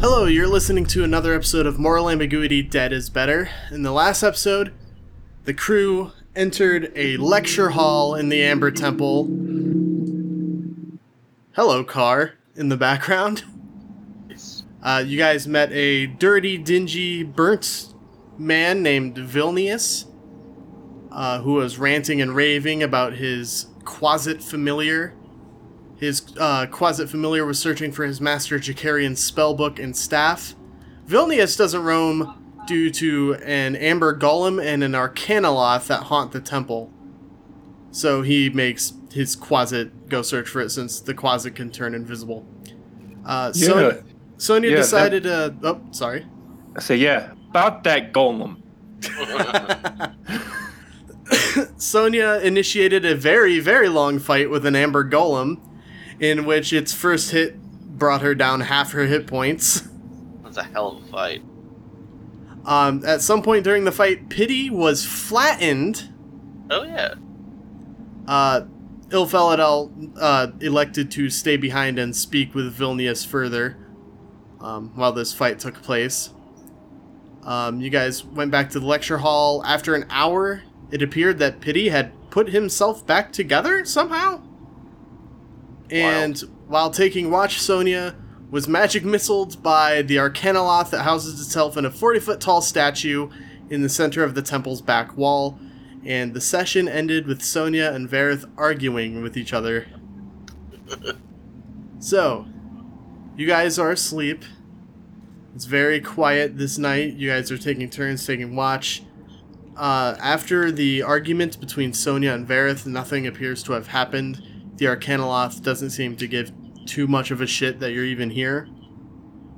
Hello, you're listening to another episode of Moral Ambiguity Dead is Better. In the last episode, the crew entered a lecture hall in the Amber Temple. Hello, car in the background. Uh, you guys met a dirty, dingy, burnt man named Vilnius, uh, who was ranting and raving about his quasit familiar. His uh, quasit familiar was searching for his master Jakarian's spellbook and staff. Vilnius doesn't roam due to an amber golem and an arcanoloth that haunt the temple. So he makes his quasit go search for it since the quasit can turn invisible. Uh, so, Yeah. Sonia Yeah, that- decided to. Oh, sorry. So yeah, about that golem. Sonia initiated a very, very long fight with an amber golem, in which its first hit brought her down half her hit points. That's a hell of a fight. Um, at some point during the fight, Pity was flattened. Oh yeah. Uh, Ilfel et al. Uh, elected to stay behind and speak with Vilnius further um, while this fight took place. Um, you guys went back to the lecture hall. After an hour, it appeared that Pity had put himself back together somehow. And while taking watch, Sonia was magic missiled by the Arcanoloth that houses itself in a 40 foot tall statue in the center of the temple's back wall. And the session ended with Sonia and Varith arguing with each other. so, you guys are asleep. It's very quiet this night. You guys are taking turns taking watch. Uh, after the argument between Sonia and Varith, nothing appears to have happened. The Arcanoloth doesn't seem to give too much of a shit that you're even here,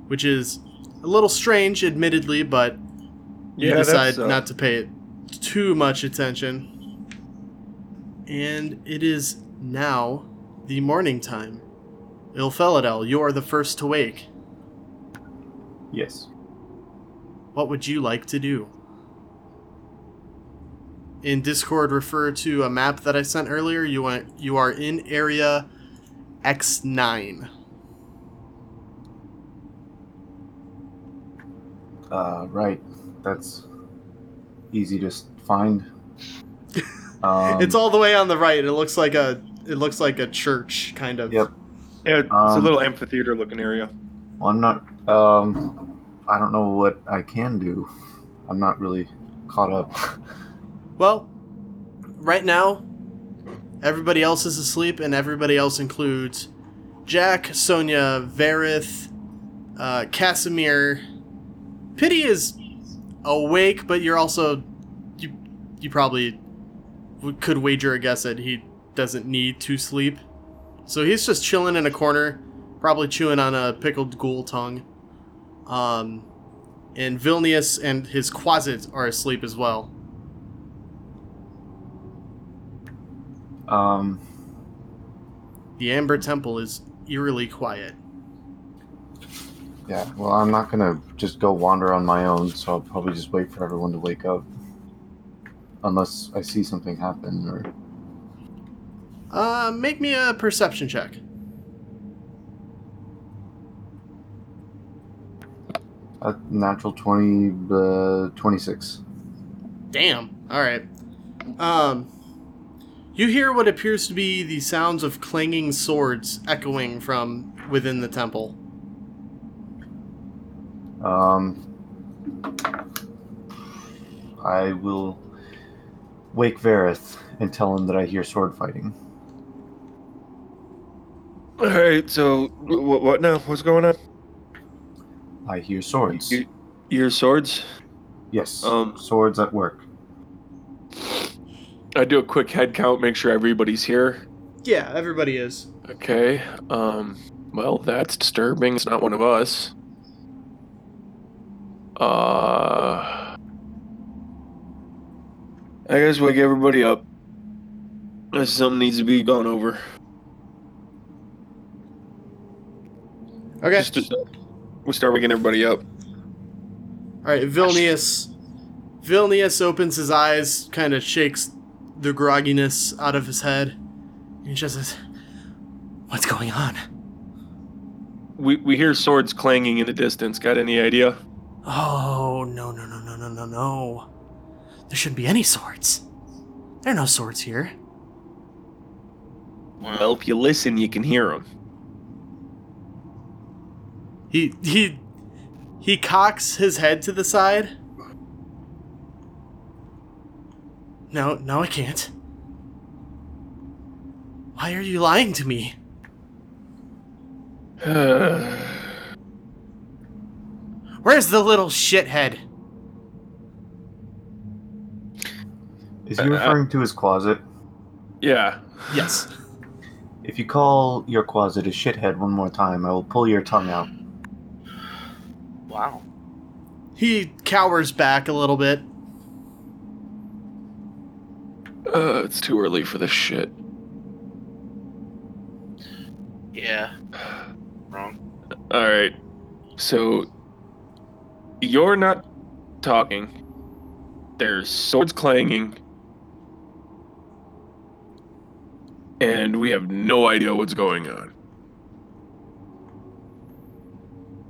which is a little strange, admittedly, but you Yeah, that's, decide uh, not to pay it too much attention. And it is now the morning time. Ilfelidel, you are the first to wake. Yes. What would you like to do? In Discord, refer to a map that I sent earlier. You want you are in area X nine. Uh, right. That's easy to s- find. Um, it's all the way on the right. It looks like a it looks like a church kind of. Yep. it's a Um, little amphitheater looking area. Well, I'm not. Um, I don't know what I can do. I'm not really caught up. Well, right now, everybody else is asleep, and everybody else includes Jack, Sonia, Varith, uh, Casimir. Pity is awake, but you're also you you probably w- could wager a guess that he doesn't need to sleep, so he's just chilling in a corner, probably chewing on a pickled ghoul tongue. Um, and Vilnius and his quasits are asleep as well. Um, The Amber Temple is eerily quiet. yeah. Well, I'm not gonna just go wander on my own. So I'll probably just wait for everyone to wake up, unless I see something happen. Or Uh, make me a perception check. a natural 20, uh, 26. Damn. All right. Um, you hear what appears to be the sounds of clanging swords echoing from within the temple. Um, I will wake Vareth and tell him that I hear sword fighting. All right. So what, what now? What's going on? I hear swords. You- Your swords. yes, um, swords at work. I do a quick head count, make sure everybody's here. Yeah, everybody is. Okay. Um. Well, that's disturbing. It's not one of us. Uh. I guess wake everybody up. Unless Something needs to be gone over. Okay. Just to- we start waking everybody up. All right, Vilnius. Vilnius opens his eyes, kind of shakes the grogginess out of his head, and he just says, "What's going on?" we, we hear swords clanging in the distance. Got any idea? Oh, no, no, no, no, no, no, no. There shouldn't be any swords. There are no swords here. Well, if you listen, you can hear them. He he he cocks his head to the side. No, no, I can't. Why are you lying to me? Where's the little shithead? Is he referring to his closet? yeah. Yes. If you call your closet a shithead one more time, I will pull your tongue out. Wow. He cowers back a little bit. Uh, it's too early for this shit. Yeah. Wrong. All right. So you're not talking. There's swords clanging. And we have no idea what's going on.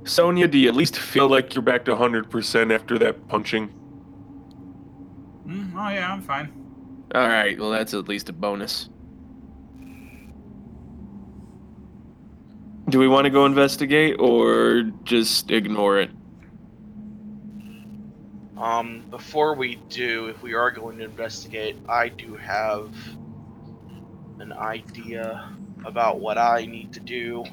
Sonia, do you at least feel like you're back to 100% after that punching? Mm, oh yeah, I'm fine. All right, well, that's at least a bonus. Do we want to go investigate or just ignore it? Um, before we do, if we are going to investigate, I do have an idea about what I need to do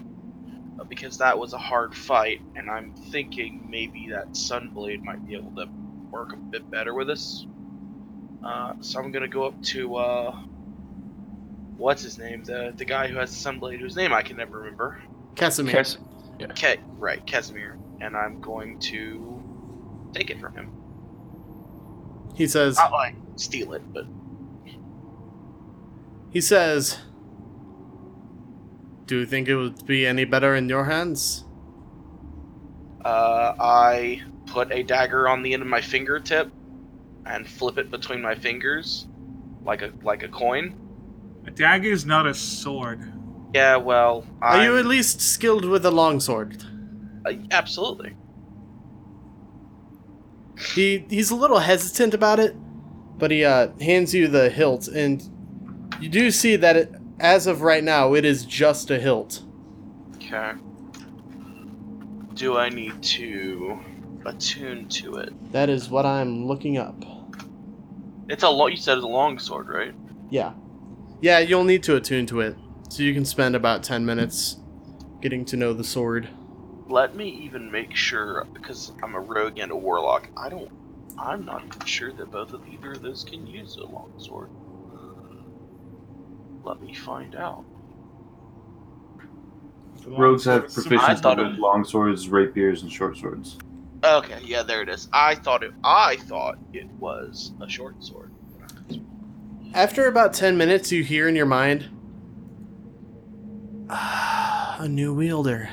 uh, because that was a hard fight, and I'm thinking maybe that Sunblade might be able to work a bit better with us. Uh, so I'm gonna go up to uh, what's his name, the the guy who has Sunblade, whose name I can never remember. Casimir. Yes. Ke- right, Casimir, and I'm going to take it from him. He says Not like steal it, but he says Do you think it would be any better in your hands? uh, I put a dagger on the end of my fingertip and flip it between my fingers, like a like a coin. A dagger is not a sword. Yeah, well, Are you I'm- at least skilled with a longsword? uh, absolutely. He he's a little hesitant about it, but he uh, hands you the hilt, and you do see that it, as of right now, it is just a hilt. Okay. Do I need to attune to it? That is what I'm looking up. It's a long. You said it's a long sword, right? Yeah, yeah, you'll need to attune to it, so you can spend about ten minutes getting to know the sword. Let me even make sure because I'm a rogue and a warlock. I don't. I'm not sure that both of either of those can use a long sword. Let me find out. Rogues have I proficiency thought it with was- long swords, rapiers, and short swords. Okay, yeah, there it is. I thought it. I thought it was a short sword. After about ten minutes, you hear in your mind, "Ah, a new wielder.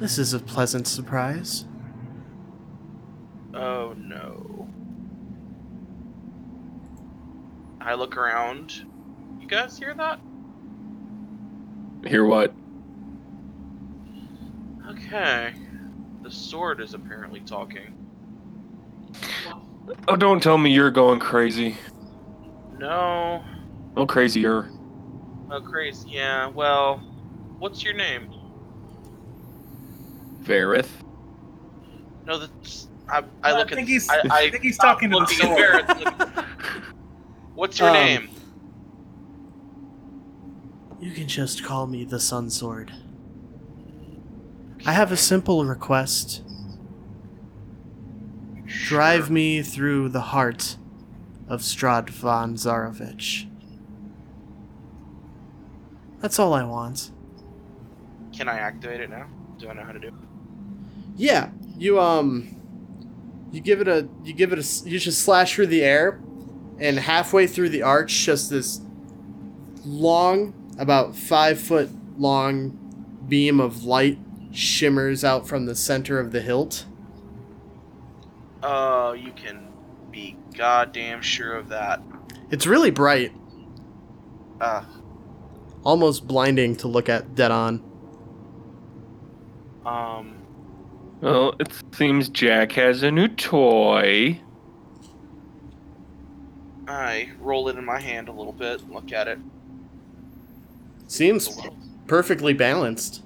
This is a pleasant surprise. Oh no. I look around. You guys hear that? Hear what? Okay. The sword is apparently talking. Oh, don't tell me you're going crazy. No. Oh, crazier. Oh, crazy. Yeah, well, what's your name? Varith. No, that's. I, I look I think at. he's. I, I think he's stop talking to the looking at sword. Vareth. What's your Um, name? You can just call me the Sun Sword. I have a simple request. Drive me through the heart of Stradvan Zarovich. That's all I want. Can I activate it now? Do I know how to do it? Yeah, you um, you give it a you give it a s- you just slash through the air, and halfway through the arch, just this long, about five foot long, beam of light shimmers out from the center of the hilt. Oh, you can be goddamn sure of that. It's really bright, Uh, almost blinding to look at dead on. Um, Well, it seems Jack has a new toy. I roll it in my hand a little bit, look at it. It's Seems a little, perfectly balanced.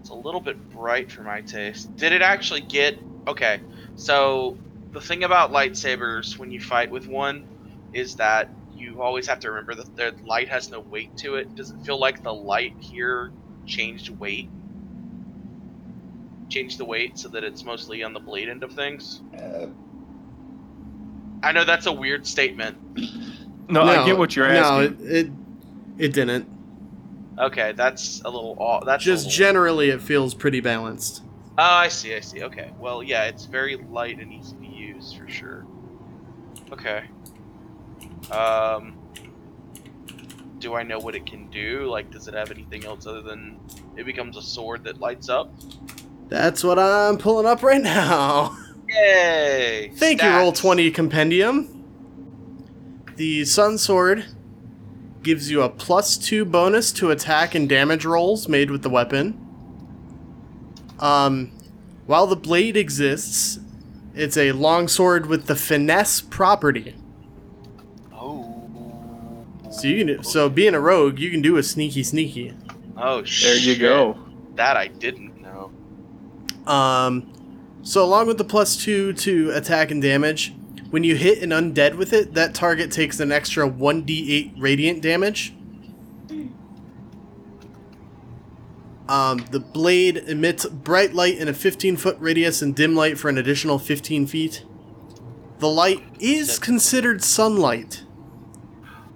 it's a little bit bright for my taste. Did it actually get. Okay, so the thing about lightsabers when you fight with one is that you always have to remember that the light has no weight to it. Does it feel like the light here changed weight? Changed the weight so that it's mostly on the blade end of things? Uh, I know that's a weird statement. No, I get what you're No, asking. it, it it didn't. Okay, that's a little off. That's a Just little- generally, it feels pretty balanced. Oh, I see, I see. Okay. Well, yeah, it's very light and easy to use for sure. Okay. Um, do I know what it can do? Like, does it have anything else other than it becomes a sword that lights up? That's what I'm pulling up right now. Yay! Thank you, Roll Stats. Twenty Compendium. The Sun Sword gives you a plus two bonus to attack and damage rolls made with the weapon. Um, while the blade exists, it's a long sword with the finesse property. Oh. So you can, so being a rogue, you can do a sneaky sneaky. Oh shit! There you go. That I didn't know. Um, so along with the plus two to attack and damage, when you hit an undead with it, that target takes an extra one d8 radiant damage. Um, the blade emits bright light in a 15 foot radius and dim light for an additional 15 feet. The light is considered sunlight.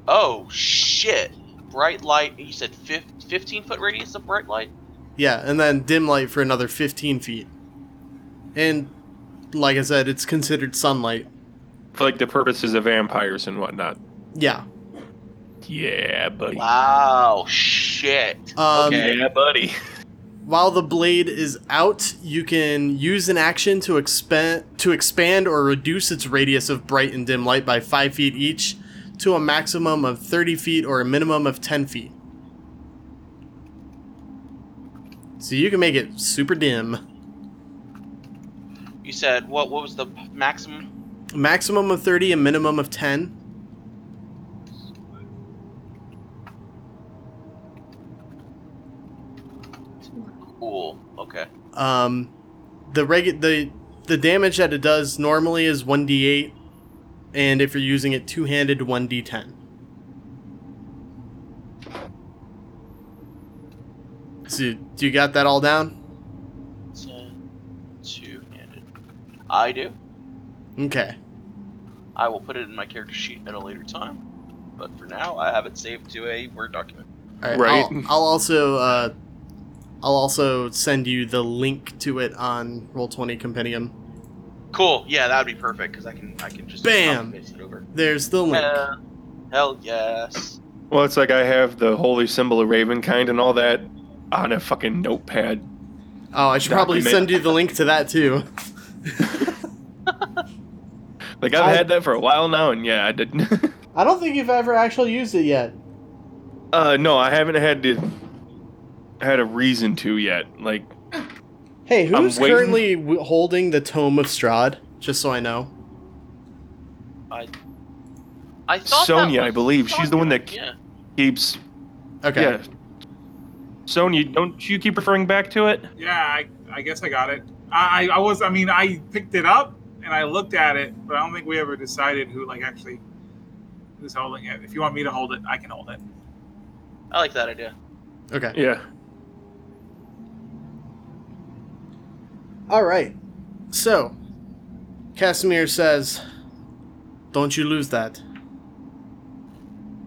Oh shit! Bright light. You said fif- fifteen foot radius of bright light. Yeah, and then dim light for another 15 feet. And like I said, it's considered sunlight. For like the purposes of vampires and whatnot. Yeah. Yeah, buddy. Wow! Shit. Um, okay. Yeah, buddy. While the blade is out, you can use an action to expand to expand or reduce its radius of bright and dim light by five feet each, to a maximum of thirty feet or a minimum of ten feet. So you can make it super dim, You said what? What was the p- maximum? a maximum of thirty, a minimum of ten. Cool. Okay. Um, the regu- the the damage that it does normally is one d eight, and if you're using it two handed, one d ten. So do you got that all down? It's a two-handed. I do. Okay. I will put it in my character sheet at a later time, but for now, I have it saved to a Word document. All right. Right. I'll, I'll also uh, I'll also send you the link to it on Roll Twenty Compendium. Cool. Yeah, that would be perfect because I can I can just Bam! copy paste it over. There's the link. Yeah. Hell yes. Well, it's like I have the holy symbol of Ravenkind and all that on a fucking notepad. oh, I should probably document. send you the link to that too. Like I've I- had that for a while now, and yeah, I didn't. I don't think you've ever actually used it yet. uh, no, I haven't had to had a reason to yet. Like, Hey, I'm who's waiting. currently w- holding the Tome of Strahd? Just so I know. I. I thought that Sonya, was I believe. She's the one Sonya, that- Yeah. keeps Okay. yeah. Sonya, don't you keep referring back to it? Yeah, I, I guess I got it. I, I I was I mean I picked it up and I looked at it, but I don't think we ever decided who like actually who's holding it. If you want me to hold it, I can hold it. I like that idea. Okay. Yeah. All right. So, Casimir says, "Don't you lose that."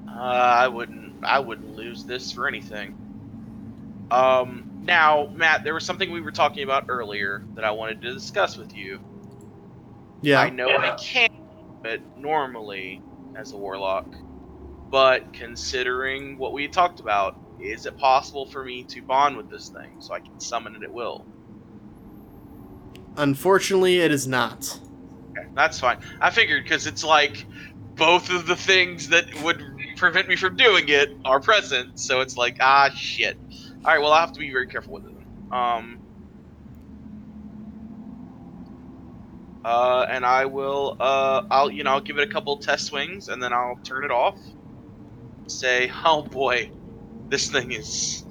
Uh, I wouldn't. I wouldn't lose this for anything. Um, now, Matt, there was something we were talking about earlier that I wanted to discuss with you. Yeah. I know I can't, but normally as a warlock. But considering what we talked about, is it possible for me to bond with this thing so I can summon it at will? Unfortunately, it is not. Okay, that's fine. I figured because it's like both of the things that would prevent me from doing it are present, so it's like ah shit. All right, well I will have to be very careful with it. Um, uh, and I will. Uh, I'll you know I'll give it a couple test swings, and then I'll turn it off. Say, oh boy, this thing is.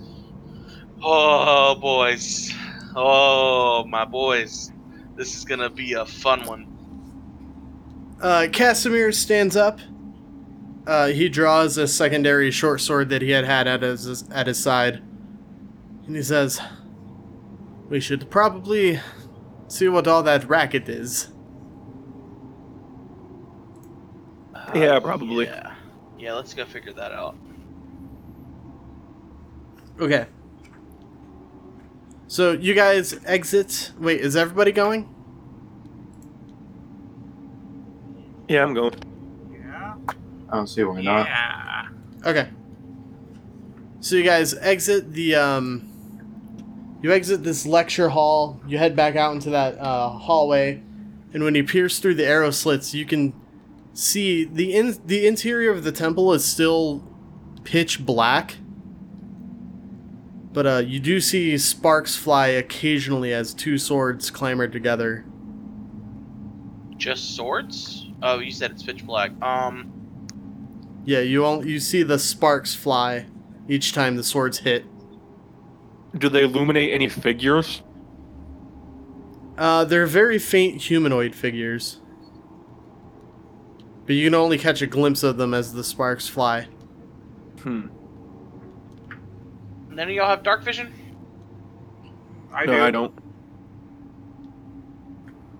Oh boys, oh my boys, this is gonna be a fun one. Uh, Casimir stands up. Uh, he draws a secondary short sword that he had had at his at his side, and he says, "We should probably see what all that racket is." Uh, Yeah, probably. Yeah. yeah, let's go figure that out. Okay. So you guys exit. Wait, is everybody going? Yeah, I'm going. Yeah. I don't see why not. Yeah. Okay. So you guys exit the um you exit this lecture hall, you head back out into that uh, hallway, and when you pierce through the arrow slits, you can see the in- the interior of the temple is still pitch black. But uh, you do see sparks fly occasionally as two swords clamber together. Just swords? Oh, you said it's pitch black. Um, Yeah, you all, you see the sparks fly each time the swords hit. Do they illuminate any figures? Uh, they're very faint humanoid figures. But you can only catch a glimpse of them as the sparks fly. Hmm. none of y'all have dark vision? I do. no, I don't.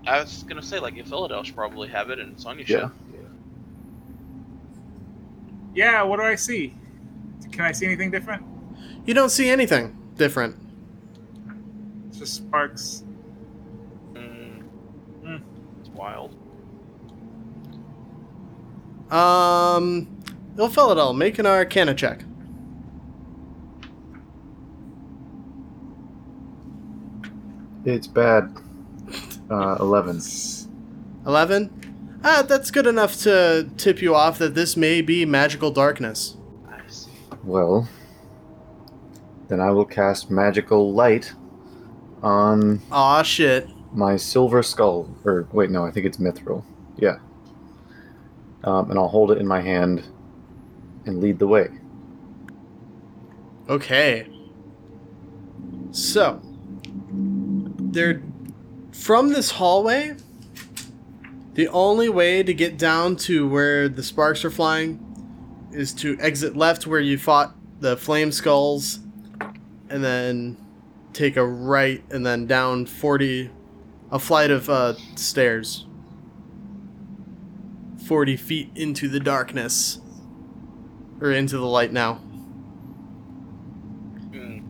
I was gonna say like Philadelphia should probably have it, and Sonya Yeah. should. Yeah. What do I see? Can I see anything different? You don't see anything different. It's just sparks. Mm. Mm. It's wild. Um, Ilfelidel, make an Arcana check. It's bad. Uh, Eleven. Eleven. Ah, that's good enough to tip you off that this may be magical darkness. I see. Well, then I will cast magical light on Aw, shit. my silver skull. Or wait, no, I think it's mithril. Yeah. Um, and I'll hold it in my hand and lead the way. Okay. So, there, from this hallway, the only way to get down to where the sparks are flying is to exit left where you fought the flame skulls, and then take a right and then down 40, a flight of uh, stairs. 40 feet into the darkness. Or into the light now. Mm.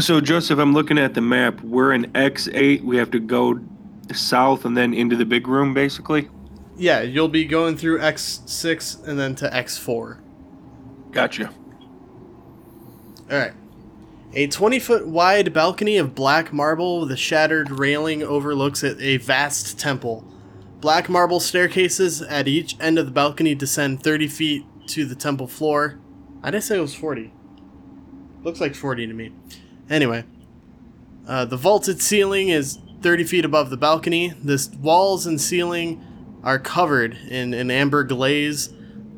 So, Joseph, I'm looking at the map. We're in X8. We have to go south and then into the big room, basically. Yeah, you'll be going through X6 and then to X4. Gotcha. Alright. A 20 foot wide balcony of black marble with a shattered railing overlooks a- a vast temple. Black marble staircases at each end of the balcony descend 30 feet to the temple floor. I did say it was 40. Looks like 40 to me. Anyway, uh, the vaulted ceiling is 30 feet above the balcony. The walls and ceiling are covered in an amber glaze,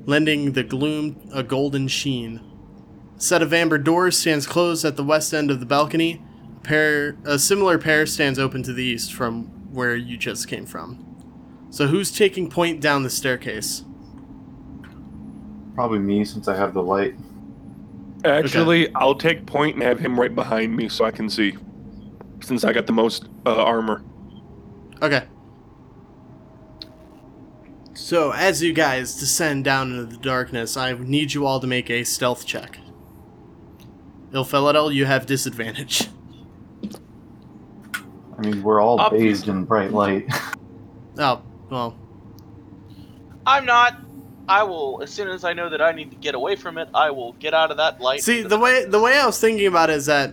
lending the gloom a golden sheen set of amber doors stands closed at the west end of the balcony. A, pair, a similar pair stands open to the east from where you just came from. So who's taking point down the staircase? Probably me, since I have the light. Actually, I'll take point and have him right behind me so I can see, since I got the most uh, armor. Okay. So as you guys descend down into the darkness, I need you all to make a stealth check. Ilfelidel, you have disadvantage. I mean, we're all Obvious. bathed in bright light. Oh, well, I'm not. I will as soon as I know that I need to get away from it. I will get out of that light. See the way the way I was thinking about it is that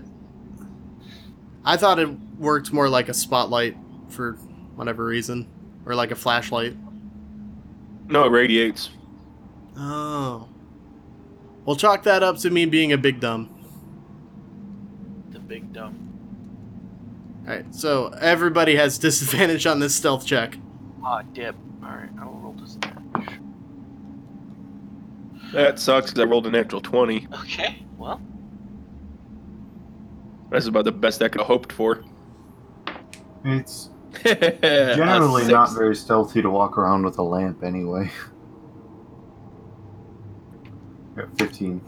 I thought it worked more like a spotlight for whatever reason, or like a flashlight. No, it radiates. Oh, we'll chalk that up to me being a big dumb. the big dumb. Alright, so everybody has disadvantage on this stealth check. Ah, dip. Alright, I will roll disadvantage. That sucks because I rolled a natural 20. Okay, well, That's about the best I could have hoped for. It's uh, A generally not six. very stealthy to walk around with a lamp anyway. Got 15.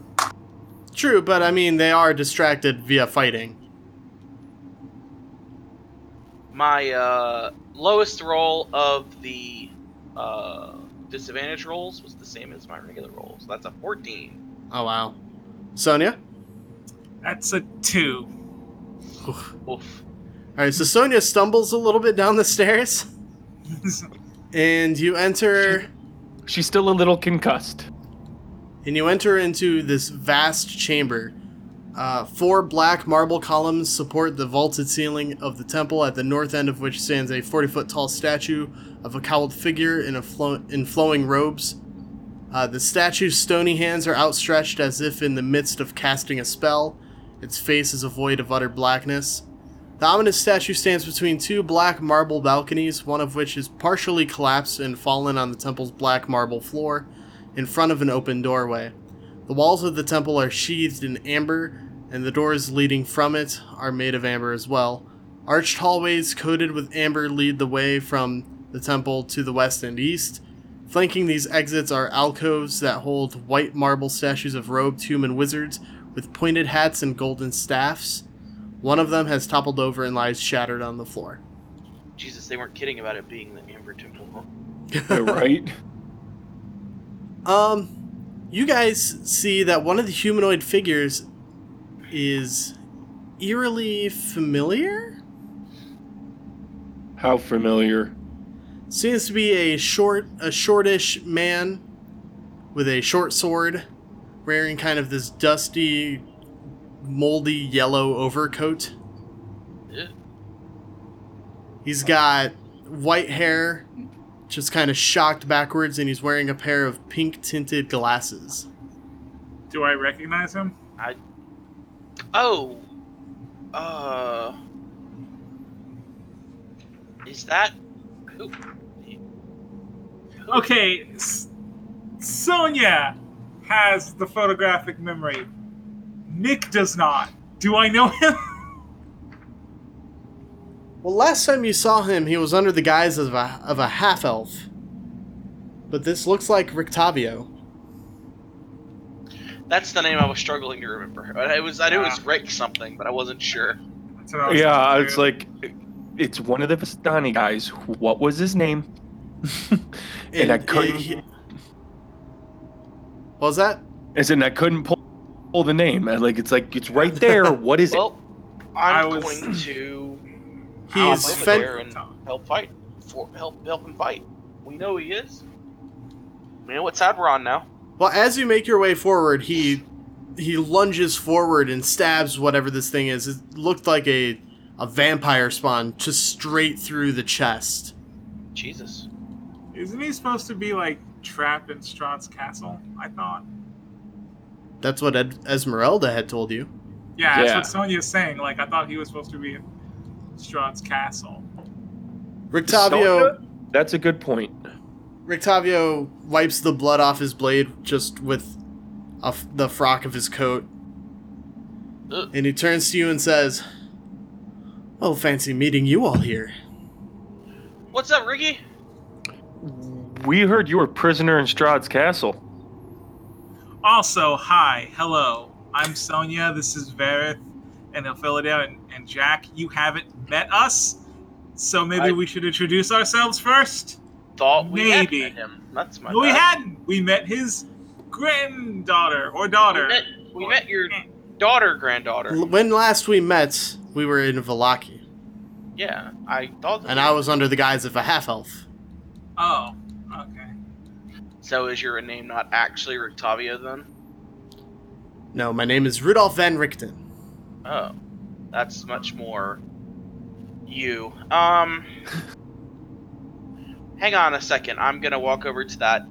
True, but I mean, they are distracted via fighting. my uh, lowest roll of the uh, disadvantage rolls was the same as my regular rolls. That's a 14. Oh, wow. Sonia? That's a two. Oof. Alright, so Sonia stumbles a little bit down the stairs, and you enter. She's still a little concussed. and you enter into this vast chamber. Uh, four black marble columns support the vaulted ceiling of the temple, at the north end of which stands a 40 foot tall statue of a cowled figure in, a flo- in flowing robes. Uh, the statue's stony hands are outstretched as if in the midst of casting a spell. Its face is a void of utter blackness. The ominous statue stands between two black marble balconies, one of which is partially collapsed and fallen on the temple's black marble floor in front of an open doorway. The walls of the temple are sheathed in amber, and the doors leading from it are made of amber as well. Arched hallways coated with amber lead the way from the temple to the west and east. Flanking these exits are alcoves that hold white marble statues of robed human wizards with pointed hats and golden staffs. One of them has toppled over and lies shattered on the floor. Jesus, they weren't kidding about it being the Amber Temple. huh? right? Um, you guys see that one of the humanoid figures is eerily familiar. How familiar. Seems to be a short, a shortish man with a short sword, wearing kind of this dusty, moldy yellow overcoat. Ew. He's got white hair, just kind of shocked backwards, and he's wearing a pair of pink tinted glasses. Do I recognize him? Oh, uh, is that who? Okay, S- Sonia has the photographic memory. Nick does not. Do I know him? Well, last time you saw him, he was under the guise of a, of a half elf. But this looks like Rictavio. That's the name I was struggling to remember. I was I knew it was Rick something, but I wasn't sure. That's what I was Yeah, thinking, it's too. like it's one of the Vistani guys. What was his name? and I couldn't. he- what was that? As in, I couldn't pull, pull the name. I, like it's like it's right there. What is Well, I'm I was- going to I'll He's move over fen- there and help fight for help help him fight. We know he is. We know what side we're on now. well. As you make your way forward, he he lunges forward and stabs whatever this thing is. It looked like a a vampire spawn, just straight through the chest. Jesus. Isn't he supposed to be like trapped in Strahd's castle? I thought. That's what Ed- Esmeralda had told you. Yeah, that's Yeah. what Sonia's saying. Like I thought he was supposed to be in Strahd's castle. it? Rictavio Sonya? That's a good point. Rictavio wipes the blood off his blade just with a f- the frock of his coat. Ugh. And he turns to you and says, Oh, fancy meeting you all here. What's up, Ricky? We heard you were prisoner in Strahd's castle. Also, hi, hello. I'm Sonia. This is Verith and Ophelia and, and Jack. You haven't met us, so maybe I- we should introduce ourselves first. Thought we had Maybe. met him. That's my No, we bad. hadn't. We met his granddaughter or We daughter. met, we met your daughter, granddaughter. L- When last we met, we were in Valaki, Yeah, I thought. that and we- I was under the guise of a half elf. Oh, okay. So is your name not actually Rictavia then? No, my name is Rudolph Van Richten. Oh, that's much more you. Um, hang on a second. I'm gonna walk over to that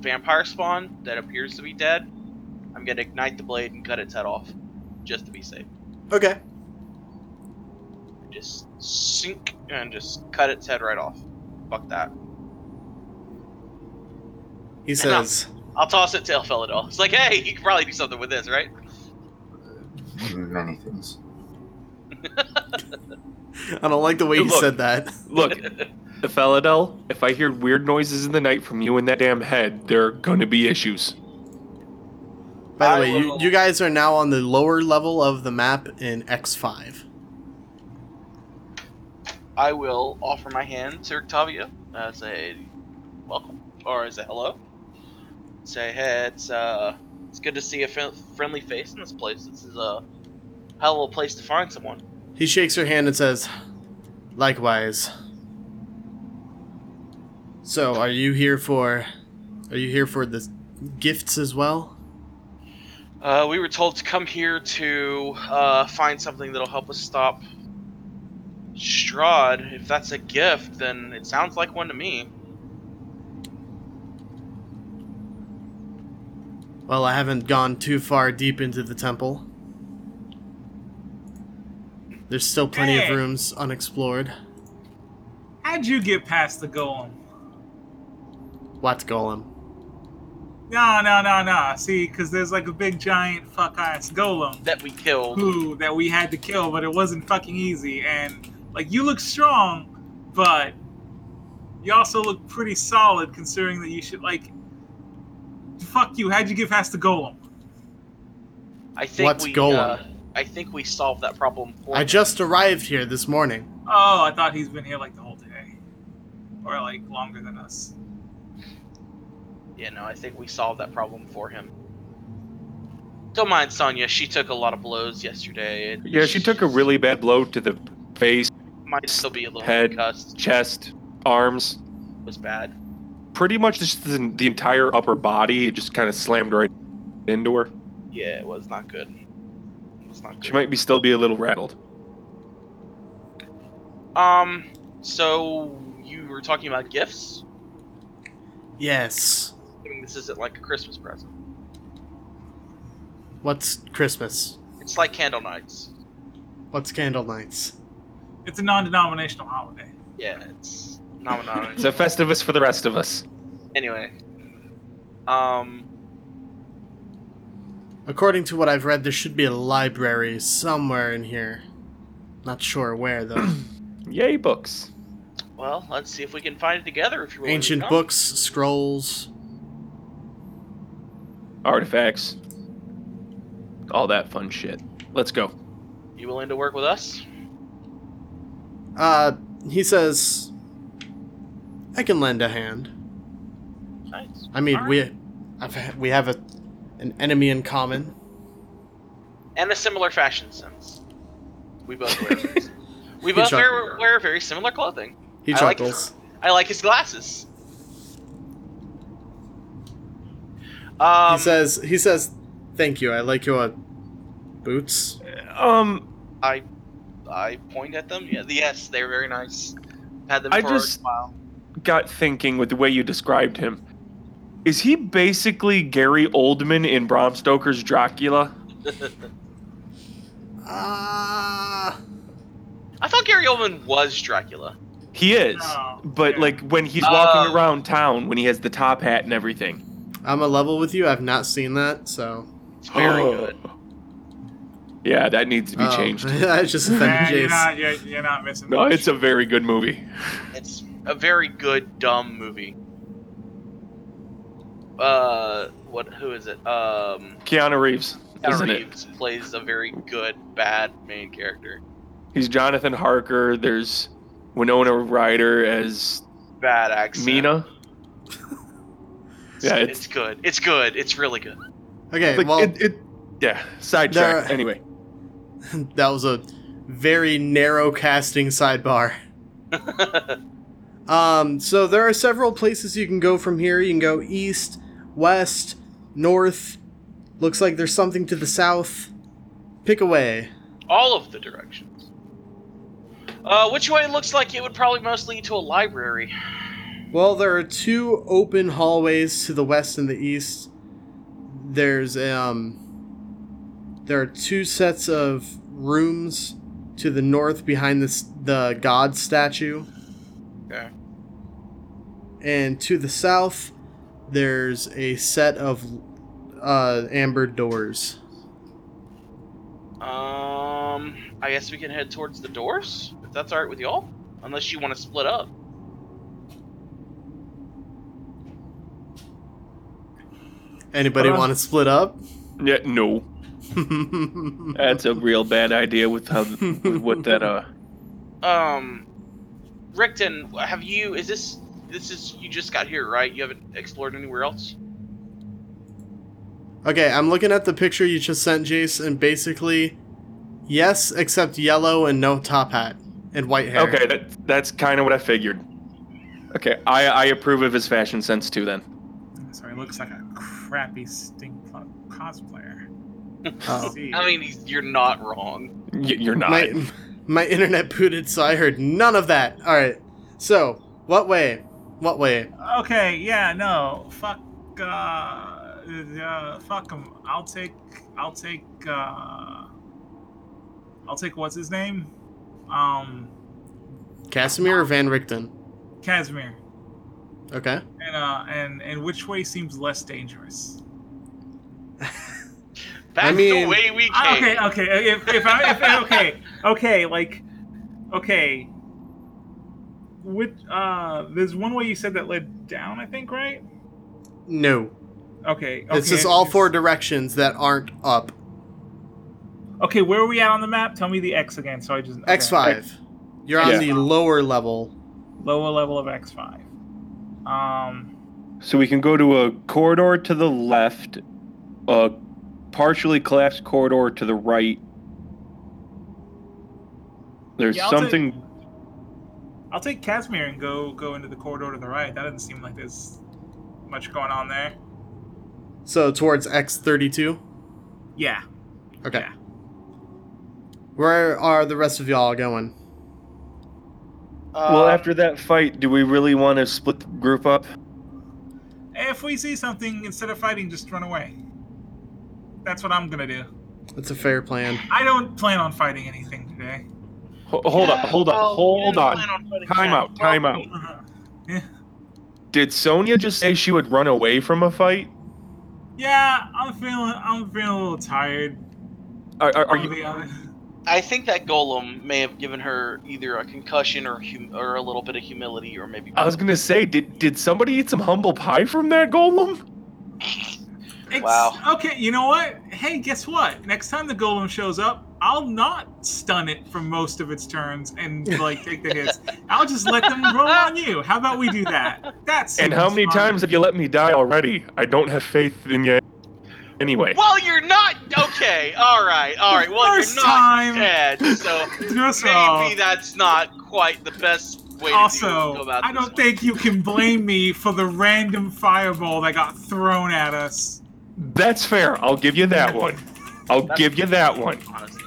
vampire spawn that appears to be dead. I'm gonna ignite the blade and cut its head off, just to be safe. Okay. just sink and just cut its head right off. Fuck that. He says, I'll toss it to El Felidol. It's like, hey, you can probably do something with this, right? Many things. I don't like the way he Look. said that. Look, Felidel, if I hear weird noises in the night from you and that damn head, there are gonna be issues. By I the way, you, will- you guys are now on the lower level of the map in X5. I will offer my hand to Octavia. Uh, say, welcome, or is it hello? Say, hey, it's uh, it's good to see a fri- friendly face in this place. This is a hell of a place to find someone. He shakes her hand and says, "Likewise." So, are you here for? Are you here for the gifts as well? Uh, we were told to come here to uh, find something that'll help us stop Strahd. If that's a gift, then it sounds like one to me. Well, I haven't gone too far deep into the temple. There's still plenty Hey. of rooms unexplored. How'd you get past the golem? What's golem? No, no, no, no. See, because there's like a big giant fuck ass golem That we killed. who that we had to kill, but it wasn't fucking easy. And like, you look strong, but you also look pretty solid considering that you should like. Fuck you. How'd you get past the golem? I think What's we. going? Uh, I think we solved that problem. For I him. just arrived here this morning. Oh, I thought he's been here like the whole day, or like longer than us. Yeah, no, I think we solved that problem for him. Don't mind Sonya. She took a lot of blows yesterday. and Yeah, she took a really bad blow to the face, might still be a little head. concussed. chest, arms. It was bad. Pretty much just the, the entire upper body. It just kind of slammed right into her. Yeah, it was not good. It was not good. She might be still be a little rattled. Um, so you were talking about gifts. Yes. I mean, this isn't like a Christmas present. What's Christmas? It's like candle nights. What's candle nights? It's a non-denominational holiday. Yeah, it's not not- It's a festivus for the rest of us. anyway. Um, According to what I've read, there should be a library somewhere in here. Not sure where though. Yay, books. well, let's see if we can find it together. If you're willing to Ancient come. books, scrolls. Artifacts. All that fun shit. Let's go. you willing to work with us? Uh, he says, "I can lend a hand. Nice. I mean, All we, I've, we have a, an enemy in common. and a similar fashion sense. We both wear. He we both wear, chuckled. wear very similar clothing. He I like chuckles. I like his glasses. Um, he says, he says, thank you. I like your boots. Um, I, I point at them. Yeah, yes, they're very nice. Had them I for just- a while. got thinking with the way you described him. Is he basically Gary Oldman in Bram Stoker's Dracula? Ah, I thought Gary Oldman was Dracula. He is. No, But yeah. like when he's walking Oh. around town, when he has the top hat and everything. I'm a level with you. I've not seen that, so It's very Oh. good. Yeah, that needs to be Oh, changed. I just Nah, offended you're Jace. not, you're, you're not missing. No, much. it's a very good movie. It's a very good dumb movie. Uh, what? Who is it? Um, Keanu Reeves, Keanu isn't it? Reeves plays a very good bad main character. He's Jonathan Harker. There's Winona Ryder as Bad accent. Mina. Yeah, it's, it's- good. It's good. It's really good. Okay, Like, well, it, it, yeah, sidetrack. There- Anyway, that was a very narrow casting sidebar. Um, so there are several places you can go from here. You can go east, west, north. Looks like there's something to the south. Pick away. All of the directions. Uh, which way it looks like it would probably most lead to a library. Well, there are two open hallways to the west and the east. There's um there are two sets of rooms to the north behind this the god statue. Okay. And to the south, there's a set of uh, amber doors. Um, I guess we can head towards the doors if that's all right with y'all. Unless you want to split up. Anybody Uh. want to split up? Yeah, no. That's a real bad idea with how with what that uh Um, Rickton, have you? Is this this is you just got here, right? You haven't explored anywhere else. Okay, I'm looking at the picture you just sent, Jace, and basically, yes, except yellow and no top hat and white hair. Okay, that that's kind of what I figured. Okay, I I approve of his fashion sense too then. So he looks like a crappy stink punk cosplayer. Oh. See. I mean, he's- you're not wrong. Y- you're not. my my internet booted, so I heard none of that. All right, so what way? What way? Okay, yeah, no, fuck, uh, uh fuck him. I'll take, I'll take, uh, I'll take what's his name, um, Casimir or Van Richten? Casimir, Okay. and uh, and and which way seems less dangerous? That's mean- the way we Ah, came. Okay, okay, if if I if okay, okay, like, okay. With uh, there's one way you said that led down, I think, right? No, Okay, okay. it's just all four. four directions that aren't up. Okay, where are we at on the map? Tell me the X again, so I just okay. X five. You're on Yeah. the lower level. Lower level of X five. Um, So we can go to a corridor to the left, a partially collapsed corridor to the right. There's Yeah, I'll take- something. I'll take Casimir and go go into the corridor to the right. That doesn't seem like there's much going on there. So towards X thirty two. Yeah. Okay. Yeah. Where are the rest of y'all going? well, Uh, after that fight, do we really want to split the group up? If we see something, instead of fighting, just run away. That's what I'm gonna do. That's a fair plan. I don't plan on fighting anything today. Ho- hold up, yeah, hold up, well, hold Oh, you on. plan fighting Time that. out, time Well, out. Uh-huh. Did Sonya just say she would run away from a fight? Yeah, I'm feeling I'm feeling a little tired. Are, are, are I'll be you? honest. I think that golem may have given her either a concussion or hum- or a little bit of humility, or maybe. I was gonna say, did did somebody eat some humble pie from that golem? It's- Wow. Okay, you know what? Hey, guess what? Next time the golem shows up, I'll not stun it for most of its turns and like take the hits. I'll just let them roll on you. How about we do that? That's And how many times have you let me die already? I don't have faith in you. Anyway. Well, you're not okay. All right, all right. Well, First you're not time. dead, so maybe that's not quite the best way to do- go also, about I this don't one. think you can blame me for the random fireball that got thrown at us. That's fair. I'll give you that one. I'll That's- give you that one. Honestly.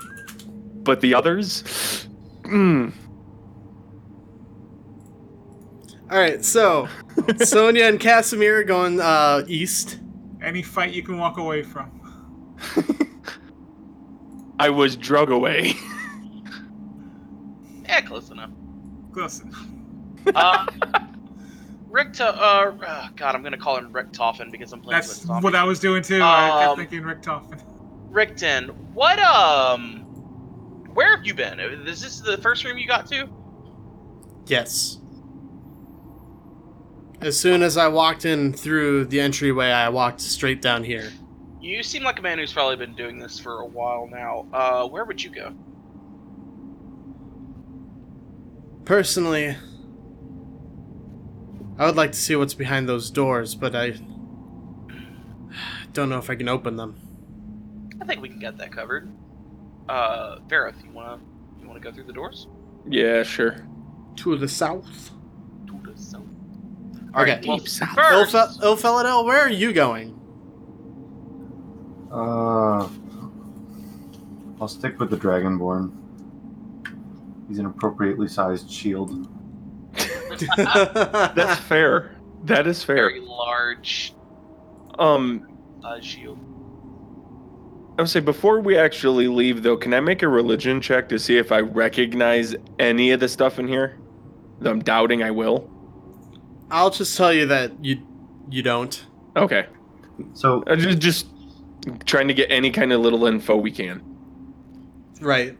But the others, mm, All right, so Sonia and Casimir are going uh, east. Any fight you can walk away from. I was drug away. Yeah, close enough. Listen, Uh, Rick, to, uh, uh, God, I'm gonna call him Rick Toffin because I'm playing that's with Toffin. what I was doing too. I kept Um, thinking Rick Toffin. Rickton, what um, where have you been? Is this the first room you got to? Yes. As soon as I walked in through the entryway, I walked straight down here. You seem like a man who's probably been doing this for a while now. Uh, where would you go? Personally, I would like to see what's behind those doors, but I don't know if I can open them. I think we can get that covered. Uh, Vera, if you wanna, you wanna go through the doors? yeah, sure. To the south. To the south. Okay. Well, Deep south. first, Ilfe- Ilfelidel, where are you going? Uh, I'll stick with the dragonborn. He's an appropriately sized shield. That's Ah. fair. That is fair. very large Um, uh, shield. I would say before we actually leave, though, can I make a religion check to see if I recognize any of the stuff in here? I'm doubting I will. I'll just tell you that you you don't. Okay, So I just just trying to get any kind of little info we can. Right.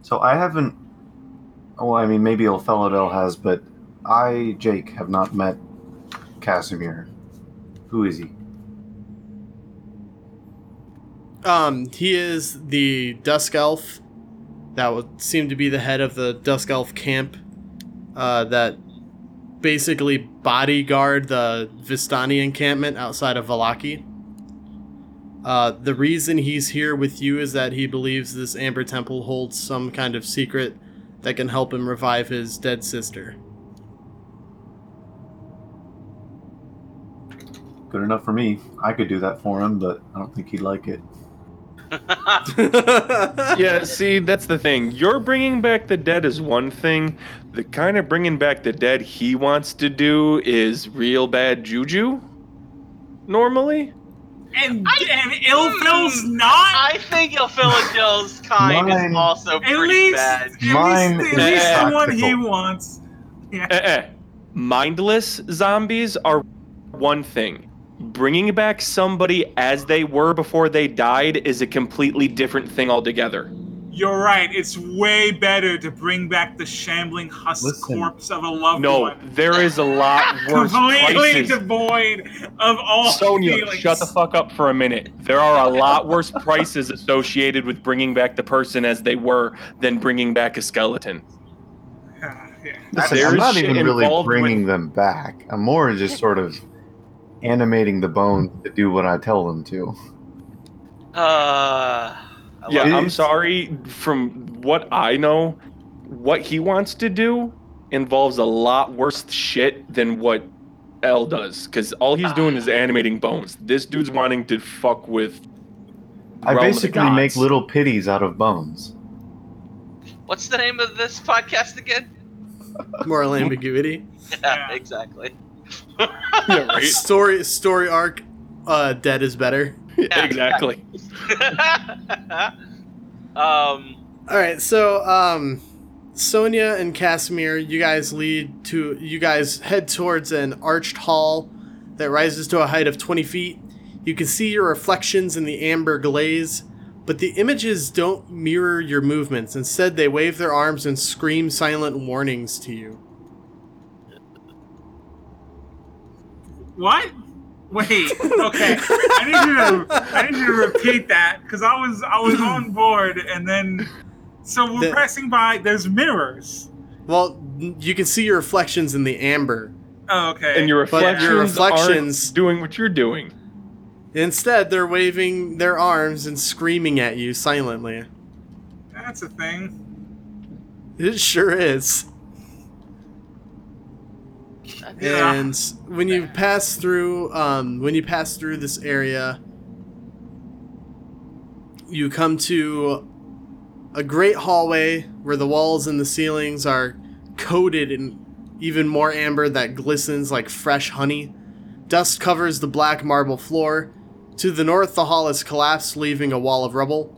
So I haven't. Well, I mean, maybe Ophelodel has, but I, Jake, have not met Casimir. Who is he? Um, he is the Dusk Elf. That would seem to be the head of the Dusk Elf camp. Uh, that basically bodyguard the Vistani encampment outside of Valaki. Uh, the reason he's here with you is that he believes this Amber Temple holds some kind of secret that can help him revive his dead sister. Good enough for me. I could do that for him, but I don't think he'd like it. Yeah, see, that's the thing. You're bringing back the dead is one thing. The kind of bringing back the dead he wants to do is real bad juju. Normally, And I- and Ilfel's not. I think Ilfilidil's kind Mine- is also At pretty least, bad. at least, Mine at is least the one he practical. wants. Yeah. Eh, eh. mindless zombies are one thing. Bringing back somebody as they were before they died is a completely different thing altogether. You're right. It's way better to bring back the shambling husk Listen. corpse of a loved No, one. there is a lot worse Completely prices. devoid of all Sonia, feelings. shut the fuck up for a minute. There are a lot worse prices associated with bringing back the person as they were than bringing back a skeleton. Ah, yeah. Listen, There's I'm not shit even really involved with- bringing them back. I'm more just sort of animating the bones to do what I tell them to. Uh, I Yeah, love- I'm It's- sorry. From what I know, what he wants to do involves a lot worse shit than what L does. Because all he's doing is animating bones. This dude's wanting to fuck with. I Realm of the basically make Gods. little pities out of bones. What's the name of this podcast again? Moral ambiguity. Yeah. exactly. Yeah, right? Story story arc. Uh, dead is better. exactly. um, All right, so um, Sonia and Casimir, you guys lead to you guys head towards an arched hall that rises to a height of twenty feet. You can see your reflections in the amber glaze, but the images don't mirror your movements. Instead, they wave their arms and scream silent warnings to you. What? Wait. Okay. I need you to I need you to repeat that because I was I was on board and then so we're The- pressing by. There's mirrors. Well, you can see your reflections in the amber. Oh, okay. And your But your reflections, reflections- aren't doing what you're doing. Instead, they're waving their arms and screaming at you silently. That's a thing. It sure is. Yeah. And when you pass through, um, when you pass through this area, you come to a great hallway where the walls and the ceilings are coated in even more amber that glistens like fresh honey. Dust covers the black marble floor. To the north, the hall has collapsed, leaving a wall of rubble.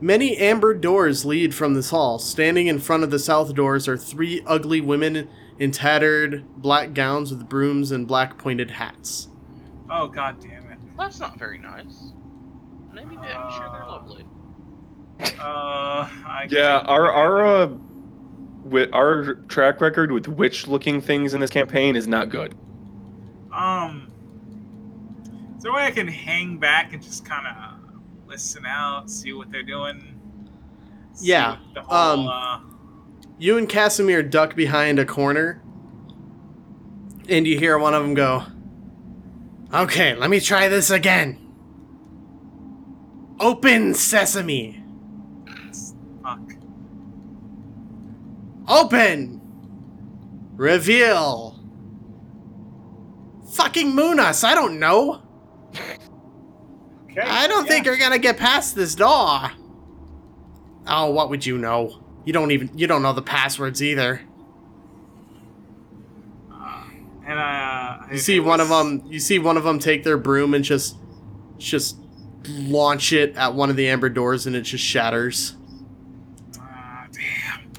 Many amber doors lead from this hall. Standing in front of the south doors are three ugly women in tattered black gowns with brooms and black pointed hats. Oh god damn it. that's not very nice. Maybe they, I'm sure they're lovely. Uh, I Yeah, our our uh, with our track record with witch looking things in this campaign is not good. Um, is there a way I can hang back and just kind of listen out, see what they're doing? See Yeah, what The Um, whole, uh, You and Casimir duck behind a corner, and you hear one of them go, Okay, let me try this again. Open sesame! uh, fuck. Open! Reveal! Fucking moon us, I don't know! Okay. I don't think you're gonna get past this door. Oh, what would you know? You don't even you don't know the passwords either. And uh, uh, You see one of them. You see one of them take their broom and just, just launch it at one of the amber doors and it just shatters. Ah, damn.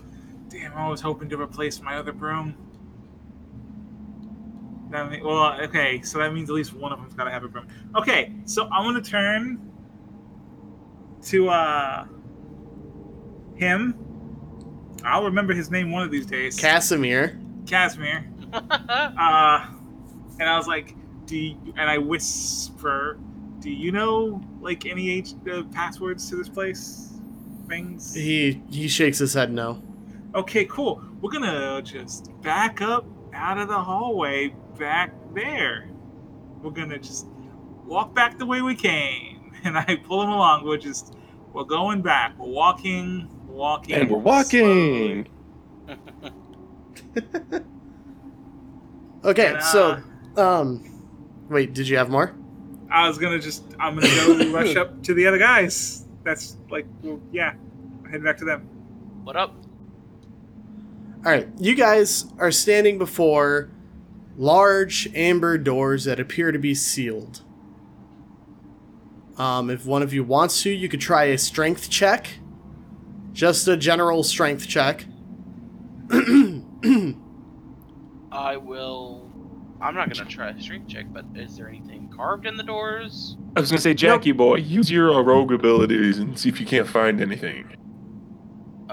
Damn, I was hoping to replace my other broom. That mean, well, okay, so that means at least one of them's gotta have a broom. Okay, so I'm gonna turn to uh him. I'll remember his name one of these days. Casimir, Casimir. Uh, and I was like, "Do you, and I whisper, "Do you know like any H- uh, passwords to this place? Things?" he he shakes his head no. Okay, cool. We're gonna just back up out of the hallway back there. We're gonna just walk back the way we came. And I pull him along. We're just, we're going back. We're walking, walking. And we're walking. Okay, And, uh, so um, wait, did you have more? I was gonna just, I'm gonna go rush up to the other guys. That's like, well, yeah, head back to them. What up? All right, you guys are standing before large amber doors that appear to be sealed. Um, if one of you wants to, you could try a strength check, just a general strength check. I will. I'm not gonna try a strength check, but is there anything carved in the doors? I was gonna say, Jackie boy, use your uh, rogue abilities and see if you can't find anything. Uh.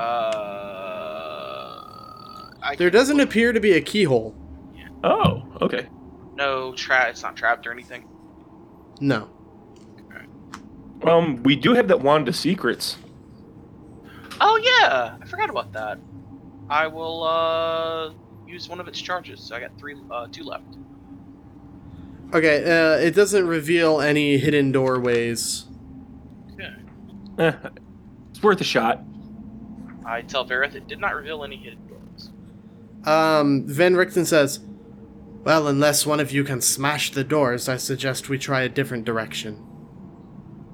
I There can doesn't look- appear to be a keyhole. Oh, okay. No trap. It's not trapped or anything. No. Um, we do have that wand of secrets. Oh yeah, I forgot about that. I will uh use one of its charges. So I got three, uh, two left. Okay, uh, it doesn't reveal any hidden doorways. Eh, it's worth a shot. I tell Vareth it did not reveal any hidden doors. Um, Van Richten says, Well, unless one of you can smash the doors, I suggest we try a different direction.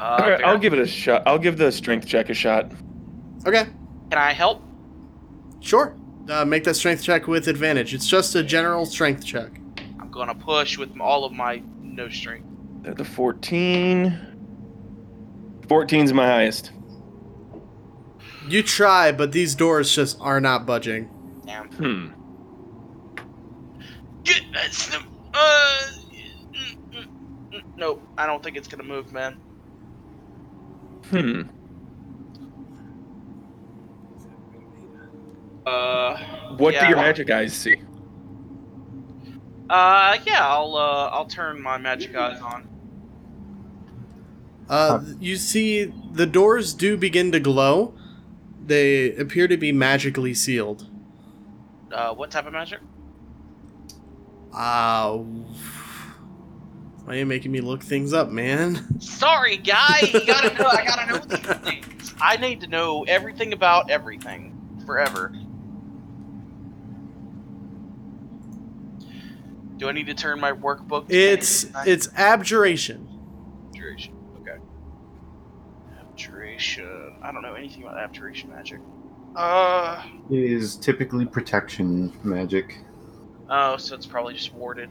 Uh, All right, I'll Vareth, give it a shot. I'll give the strength check a shot. Okay, Can I help? Sure. Uh, make that strength check with advantage. It's just a general strength check. I'm gonna push with m- all of my no strength. They're the 14. 14's my highest. You try, but these doors just are not budging. Damn. Hmm. Get that slim. Uh. mm, mm, mm. Nope. I don't think it's gonna move, man. Hmm. Uh. What yeah. do your magic eyes see? Uh. Yeah. I'll. Uh. I'll turn my magic eyes on. Uh, you see, the doors do begin to glow. They appear to be magically sealed. Uh. What type of magic? Uh, why are you making me look things up, man? Sorry, guy. You gotta know. I gotta know these things. I need to know everything about everything forever. Do I need to turn my workbook? to It's anything? it's abjuration. abjuration. Okay. Abjuration. I don't know anything about abjuration magic. Uh. It is typically protection magic. Oh, so it's probably just warded.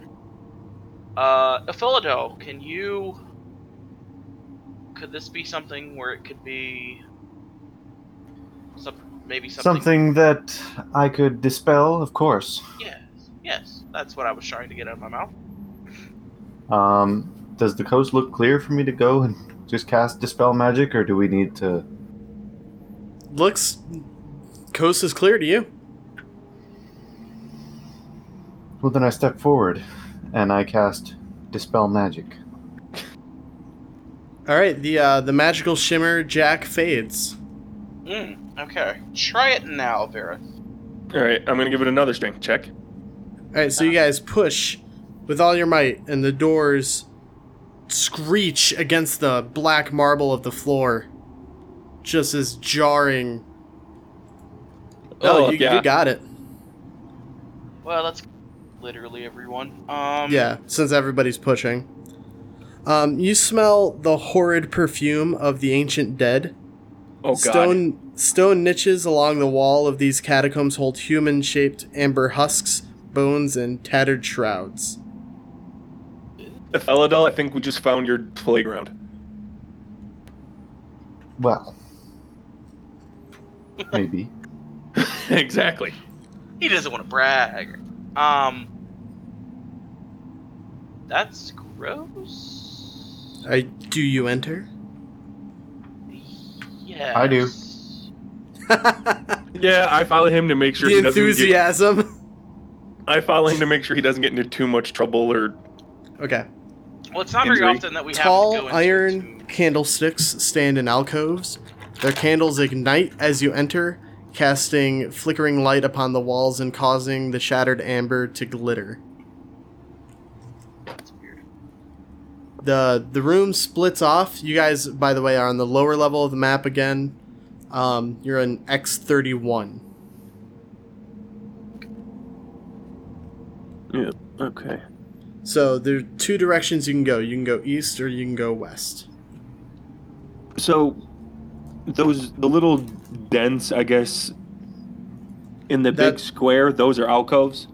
Uh, Ephilodo, can you? Could this be something where it could be? Some, maybe something. Something that I could dispel, of course. Yes, yes, that's what I was trying to get out of my mouth. Um, does the coast look clear for me to go and just cast dispel magic, or do we need to? Looks coast is clear to you. Well, then I step forward, and I cast dispel magic. All right, the uh, the magical shimmer jack fades. Mm, okay, try it now, Vera. All right, I'm gonna give it another strength check. All right, so you guys push with all your might, and the doors screech against the black marble of the floor, just as jarring. Oh, you, you got it. Well, that's literally everyone. Um, Yeah, since everybody's pushing. Um, you smell the horrid perfume of the ancient dead. oh god. Stone stone niches along the wall of these catacombs hold human-shaped amber husks, bones, and tattered shrouds. Eladel, I think we just found your playground. Well, maybe. exactly. He doesn't want to brag. Um, that's gross. I do you enter? Yes. I do. the Yeah, I follow him to make sure he doesn't get, enthusiasm. I follow him to make sure he doesn't get into too much trouble or Okay. Well, it's not very Injury. often that we have to Tall go into iron to- candlesticks stand in alcoves. Their candles ignite as you enter, casting flickering light upon the walls and causing the shattered amber to glitter. That's weird. the the room splits off. You guys, by the way, are on the lower level of the map again. Um, you're in X thirty one. Okay. So there are two directions you can go. You can go east or you can go west. So those the little dents, I guess, in the big That- square, those are alcoves.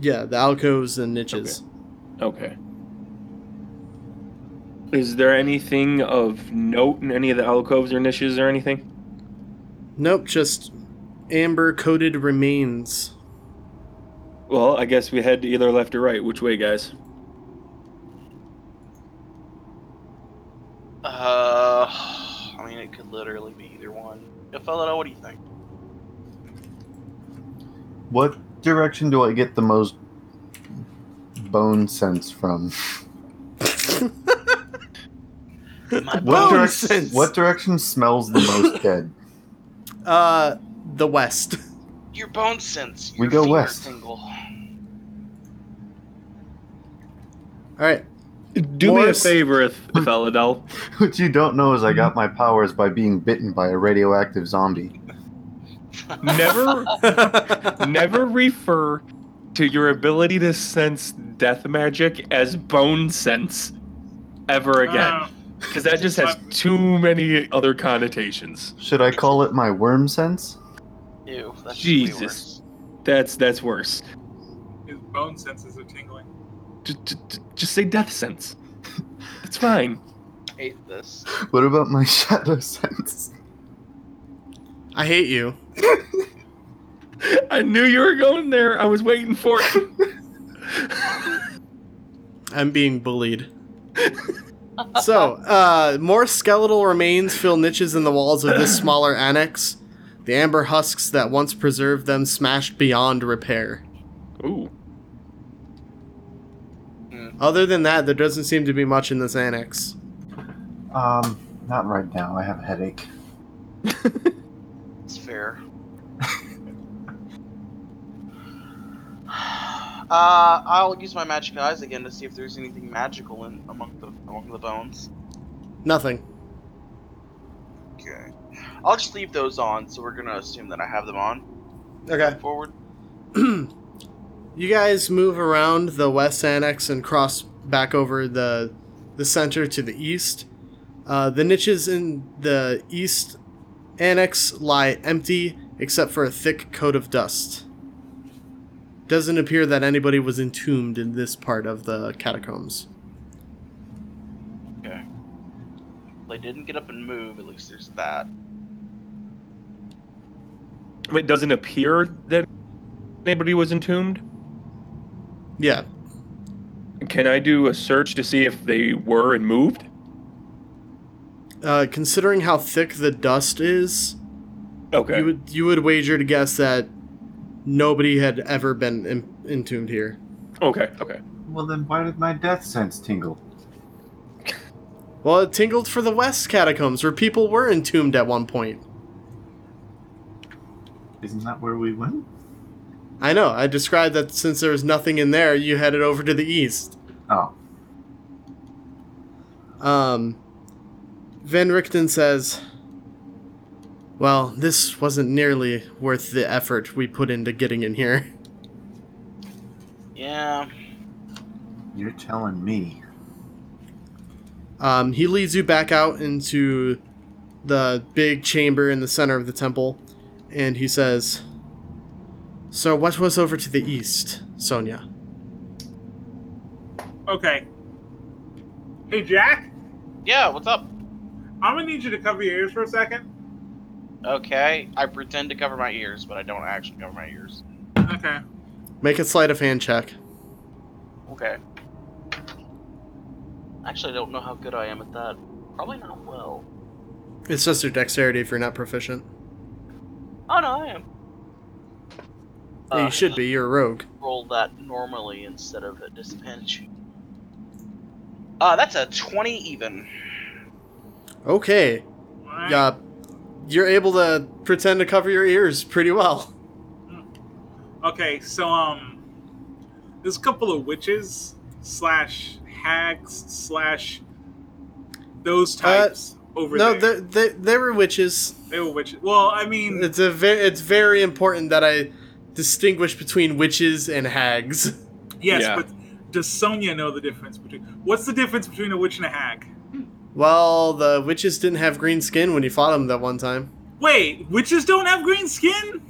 Yeah, the alcoves and niches. Okay. Is there anything of note in any of the alcoves or niches or anything? Nope, just amber coated remains. Well, I guess we head to either left or right. Which way, guys? Uh, I mean, it could literally be either one. Yo, fella, what do you think? What direction do I get the most bone sense from? My What, Bone direc- sense. what direction smells the most dead? Uh, the west. Your bone sense. We your go fever west. Tingle. All right. Do me a Morris- favor, Feladel. What you don't know is I got my powers by being bitten by a radioactive zombie. Never, never refer to your ability to sense death magic as bone sense ever again, Uh, because that just has I'm- too many other connotations. Should I call it my worm sense? Ew, that's Jesus. Way worse. That's that's worse. his bone senses are tingling. Just, just, just say death sense. It's fine. Hate this. What about my shadow sense? I hate you. I knew you were going there. I was waiting for it. I'm being bullied. so, uh, more skeletal remains fill niches in the walls of this smaller annex. The amber husks that once preserved them smashed beyond repair. Ooh. Other than that, there doesn't seem to be much in this annex. Um, not right now. I have a headache. It's fair. uh, I'll use my magic eyes again to see if there's anything magical in among the among the bones. Nothing. Okay. I'll just leave those on, so we're gonna assume that I have them on. Okay. Forward. you guys move around the west annex and cross back over the the center to the east. Uh, the niches in the east annex lie empty except for a thick coat of dust. Doesn't appear that anybody was entombed in this part of the catacombs. They didn't get up and move. At least there's that. It doesn't appear that anybody was entombed. Yeah, Can I do a search to see if they were and moved? uh, considering how thick the dust is, Okay. you would you would wager to guess that nobody had ever been en- entombed here. okay. Okay. Well, then why did my death sense tingle? Well, it tingled for the West Catacombs, where people were entombed at one point. Isn't that where we went? I know, I described that since there was nothing in there, you headed over to the east. Oh, Um, Van Richten says, Well, this wasn't nearly worth the effort we put into getting in here. Yeah. you're telling me. Um, he leads you back out into the big chamber in the center of the temple, and he says, So, what was over to the east, Sonia? Okay. Hey, Jack. Yeah. What's up? I'm gonna need you to cover your ears for a second. Okay, I pretend to cover my ears, but I don't actually cover my ears. Okay. Make a sleight of hand check. Okay. Actually, I don't know how good I am at that. Probably not well. It's just your dexterity if you're not proficient. Oh no, I am. Yeah, Uh, you should be. You're a rogue. Roll that normally instead of at disadvantage. Uh, that's a twenty even. Okay. Alright. Uh, you're able to pretend to cover your ears pretty well. Okay, so um, there's a couple of witches slash hags slash those Uh, types over No, there. they they they were witches. They were witches. Well, I mean, It's a very it's very important that I distinguish between witches and hags. yes, Yeah. but does Sonya know the difference between? What's the difference between a witch and a hag? Well, the witches didn't have green skin when you fought them that one time. Wait, witches don't have green skin?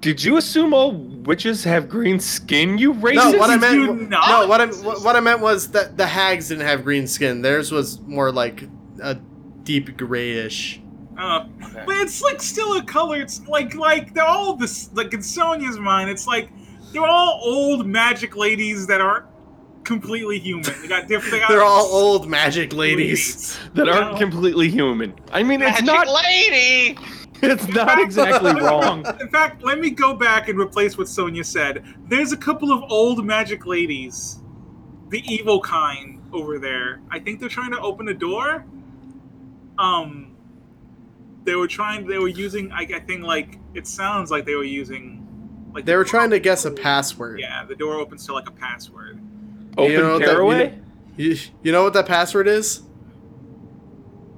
Did you assume all witches have green skin? You racist. what I meant- Do w- not? no, what I what what I meant was that the hags didn't have green skin. Theirs was more like a deep grayish. Uh, Okay. But it's like still a color. It's like like they're all this like in Sonya's mind. It's like they're all old magic ladies that are completely human. They got different. They got They're all old magic ladies. that aren't No. completely human. I mean, it's Magic not. lady. It's not exactly wrong. In fact, let me go back and replace what Sonya said. There's a couple of old magic ladies, the evil kind over there. I think they're trying to open a door. Um, they were trying. They were using. I, I think like it sounds like they were using. Like They were trying to guess a password. Yeah, the door opens to like a password. Open know what that- caraway. you You, you know what that password is?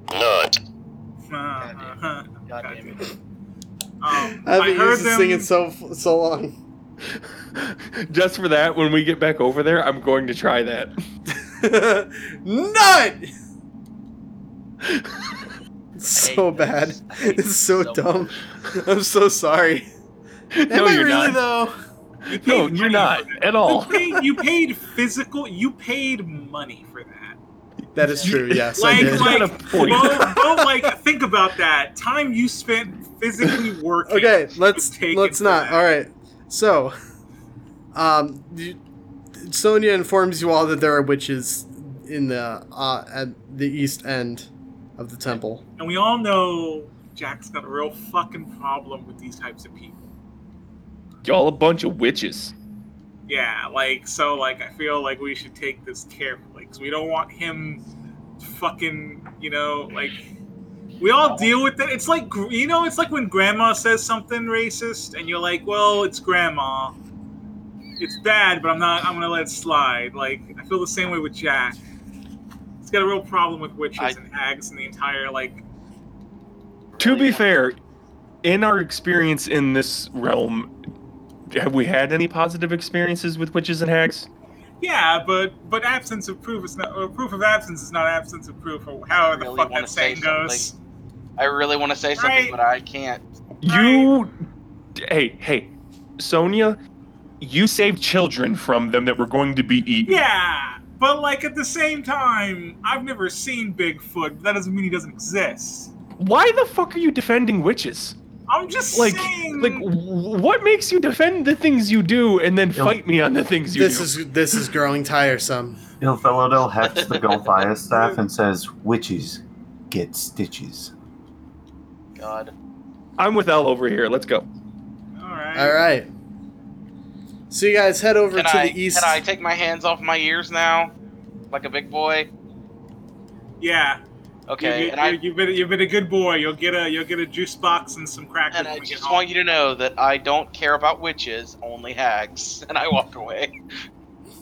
Uh, God damn it. um, I I haven't heard used this thing them. in so so long. Just for that, when we get back over there, I'm going to try that. Nut. It's so Hate bad. this. I hate It's this so so dumb. I'm so sorry. Am no, I you're really not. though? You paid No, money you're for not that. at all. You paid, you paid physical. You paid money for that. That is true. Yes, I like, did. like, Got a point. Don't, don't, like think about that time you spent physically working. Okay, was let's taken let's for not. that. All right. So, um, you, Sonia informs you all that there are witches in the uh, at the east end of the temple. and we all know Jack's got a real fucking problem with these types of people. Y'all a bunch of witches. Yeah, like so, like I feel like we should take this carefully because we don't want him, fucking, you know, like we all deal with it. It's like gr- you know, it's like when grandma says something racist, and you're like, well, it's grandma. It's bad, but I'm not. I'm gonna let it slide. Like I feel the same way with Jack. He's got a real problem with witches I- and hags and the entire like. To be Really? fair, in our experience in this realm, have we had any positive experiences with witches and hags? Yeah, but but absence of proof is not. Or proof of absence is not absence of proof, or however Really the fuck wanna that saying say goes. something. I really want to say something, Right. but I can't. You, hey, hey, Sonia, you saved children from them that were going to be eaten. Yeah, but like at the same time, I've never seen Bigfoot. But that doesn't mean he doesn't exist. Why the fuck are you defending witches? I'm just Like, saying. like, wh- what makes you defend the things you do and then fight me on the things you This do? is this is growing tiresome. Ilfelodel hacks the Golfias staff and says, Witches get stitches. God. I'm with L over here. Let's go. all right. All right. So you guys head over Can to I, the east. can I take my hands off my ears now, like a big boy? Yeah. Okay. You, you, and I you, have been you've been a good boy. You'll get a you'll get a juice box and some crackers And I when we get just home. want you to know that I don't care about witches, only hags. And I walk away.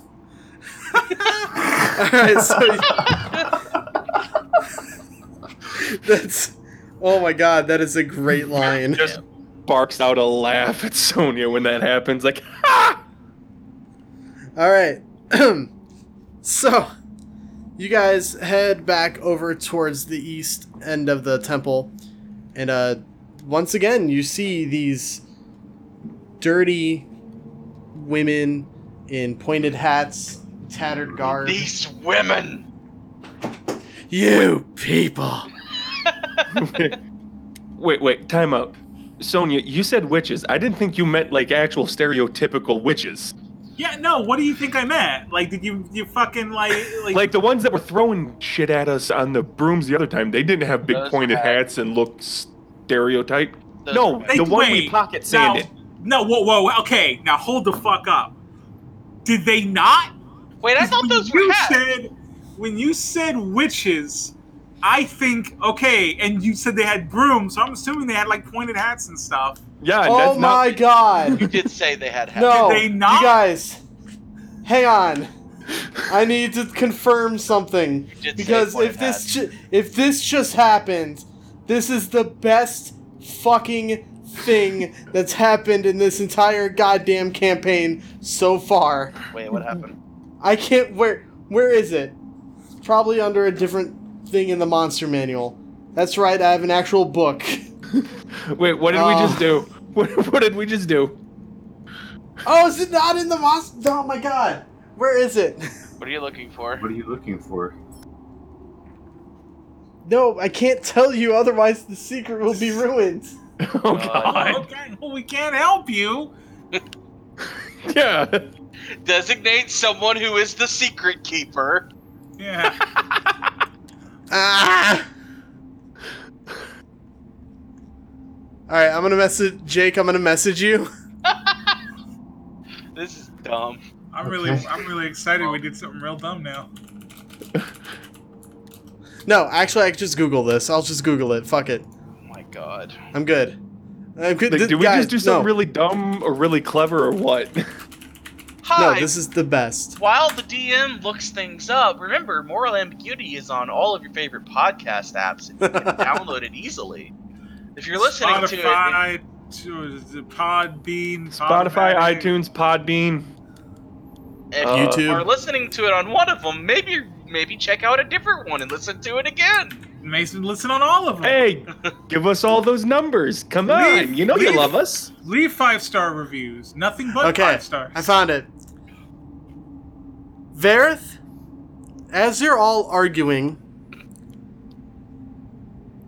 All right. So that's. Oh my god, that is a great line. Just barks out a laugh at Sonia when that happens. Like, ha! All right. so, you guys head back over towards the east end of the temple, and uh, once again you see these dirty women in pointed hats, tattered garb. These women. You people. Wait, wait, time out. Sonia, you said witches. I didn't think you meant like actual stereotypical witches. Yeah, no. What do you think I meant? Like, did you you fucking like like, Like the ones that were throwing shit at us on the brooms the other time, they didn't have big Those pointed had- hats and looked stereotyped. Those no, were They- the one we wait, pocket now, sanded. No, whoa, whoa. Okay, now hold the fuck up. Did they not? Wait, I thought When those were you hats. said when you said witches. I think okay, and you said they had brooms, so I'm assuming they had like pointed hats and stuff. Yeah, and oh that's not. my god. You did say they had hats. No, Did they not? you guys, hang on. I need to confirm something did say because what if this happened. ju- if this just happened, this is the best fucking thing that's happened in this entire goddamn campaign so far. Wait, what happened? I can't. Where where is it? It's probably under a different thing in the monster manual. That's right. I have an actual book. Wait, what did we Oh. just do? What, what did we just do? Oh, is it not in the monster? Oh my god. Where is it? What are you looking for? What are you looking for? No, I can't tell you, otherwise the secret will be ruined. Oh Uh, god. Okay, well we can't help you. Yeah. Designate someone who is the secret keeper. Yeah. Ah! Alright, I'm gonna message Jake, I'm gonna message you. This is dumb. I'm really, Okay. I'm really excited. We did something real dumb now. No, actually, I can just Google this. I'll just Google it. Fuck it. Oh my god. I'm good. I'm good. Like, Th- did we guys, just do something no. really dumb or really clever or what? Hi. No, this is the best. While the DM looks things up, remember Moral Ambiguity is on all of your favorite podcast apps, and you can download it easily. If you're listening to it, Spotify, to Podbean, Spotify, Podomatic. iTunes, Podbean. if Uh, you YouTube. are listening to it on one of them, maybe maybe check out a different one and listen to it again. Mason, listen on all of them. Hey, give us all those numbers. Come Leave- on. You know leave. you love us. Leave five star reviews. Nothing but Okay, five stars. I found it. Varith, as you're all arguing,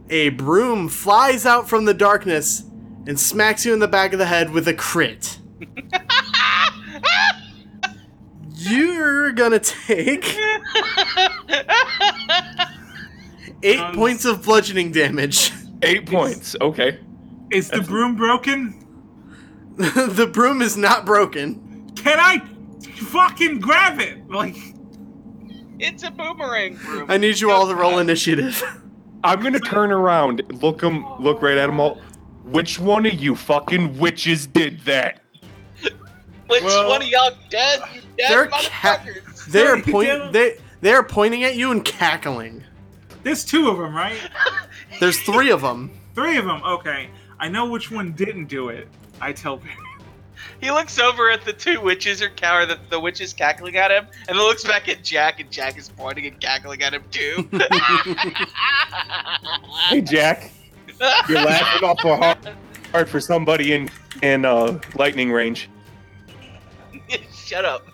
a broom flies out from the darkness and smacks you in the back of the head with a crit. You're gonna take eight Um, points of bludgeoning damage. Eight points. Okay. Is the broom broken? the broom is not broken. Can I fucking grab it? Like, it's a boomerang room. I need you all to roll initiative. I'm gonna turn around, look 'em- look right at them all. Which one of you fucking witches did that? Which Well- one of y'all dead, you They're dead ca- motherfuckers? They're you did point it. they they are pointing at you and cackling. there's two of them, right? There's three of them. Three of them. Okay. I know which one didn't do it. I tell Barry. He looks over at the two witches or cow, or the, the witches cackling at him, and then looks back at Jack, and Jack is pointing and cackling at him too. Hey Jack, you're laughing awful hard, hard for somebody in in uh, lightning range. Shut up.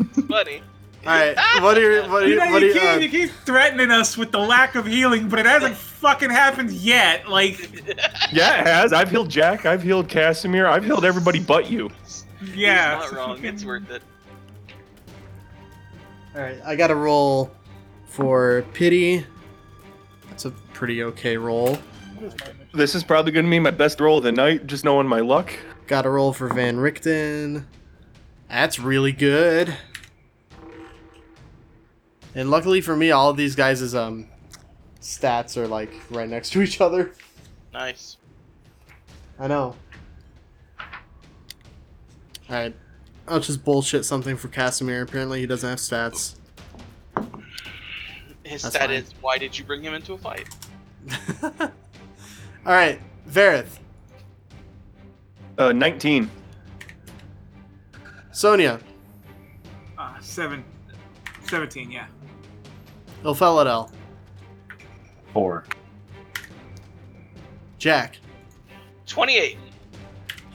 It's funny. All right. What are your, what are You your, know, what are you, your, keep, uh, you keep threatening us with the lack of healing, but it hasn't fucking happened yet. Like, Yeah, it has. I've healed Jack. I've healed Casimir. I've healed everybody but you. yeah. He's not wrong. It's worth it. All right. I got a roll for pity. That's a pretty okay roll. This is probably gonna be my best roll of the night, just knowing my luck. Got a roll for Van Richten. That's really good. And luckily for me, all of these guys' um stats are like right next to each other. Nice. I know. All right. I'll just bullshit something for Casimir. Apparently, he doesn't have stats. His That's stat fine. is why did you bring him into a fight? All right, Varith, Uh, 19. Sonia, Uh, seven, 17, yeah. Ilfeladel, Four. Jack. 28.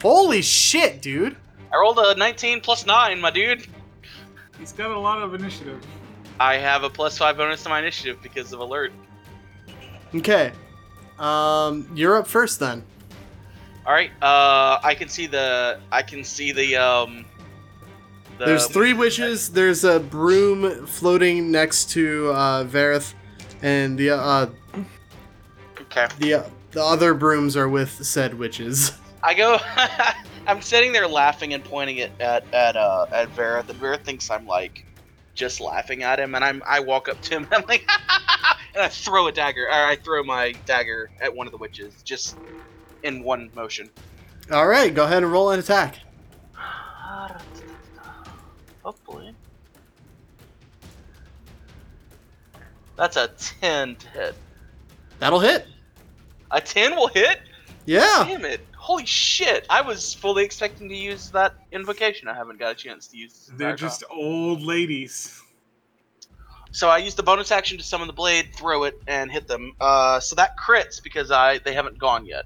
Holy shit, dude! I rolled a 19 plus 9, my dude. He's got a lot of initiative. I have a plus five bonus to my initiative because of alert. Okay. Um, you're up first then. All right. Uh, I can see the. I can see the. Um, the um, There's three witches. There's a broom floating next to uh, Vareth, and the uh, Okay. the uh, the other brooms are with said witches. I go. I'm sitting there laughing and pointing at at at uh, at Vera. The Vera thinks I'm like just laughing at him, and I'm I walk up to him and I'm like, and I throw a dagger. Or I throw my dagger at one of the witches, just in one motion. All right, go ahead and roll an attack. Hopefully, that's a ten to hit. That'll hit. A ten will hit. Yeah. Damn it! Holy shit! I was fully expecting to use that invocation. I haven't got a chance to use. this They're entire just old ladies. So I used the bonus action to summon the blade, throw it, and hit them. Uh, so that crits because I they haven't gone yet.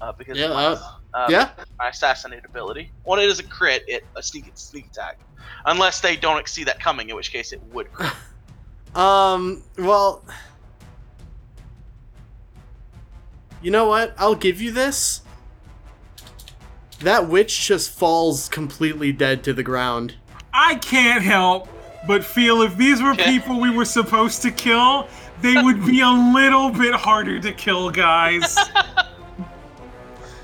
Uh, because Yeah, of my, uh, uh, Yeah. my assassinate ability. Well, it is a crit, it a sneak sneak attack, unless they don't see that coming, in which case it would. Crit. Um. Well. You know what? I'll give you this. That witch just falls completely dead to the ground. I can't help but feel if these were people we were supposed to kill, they would be a little bit harder to kill, guys.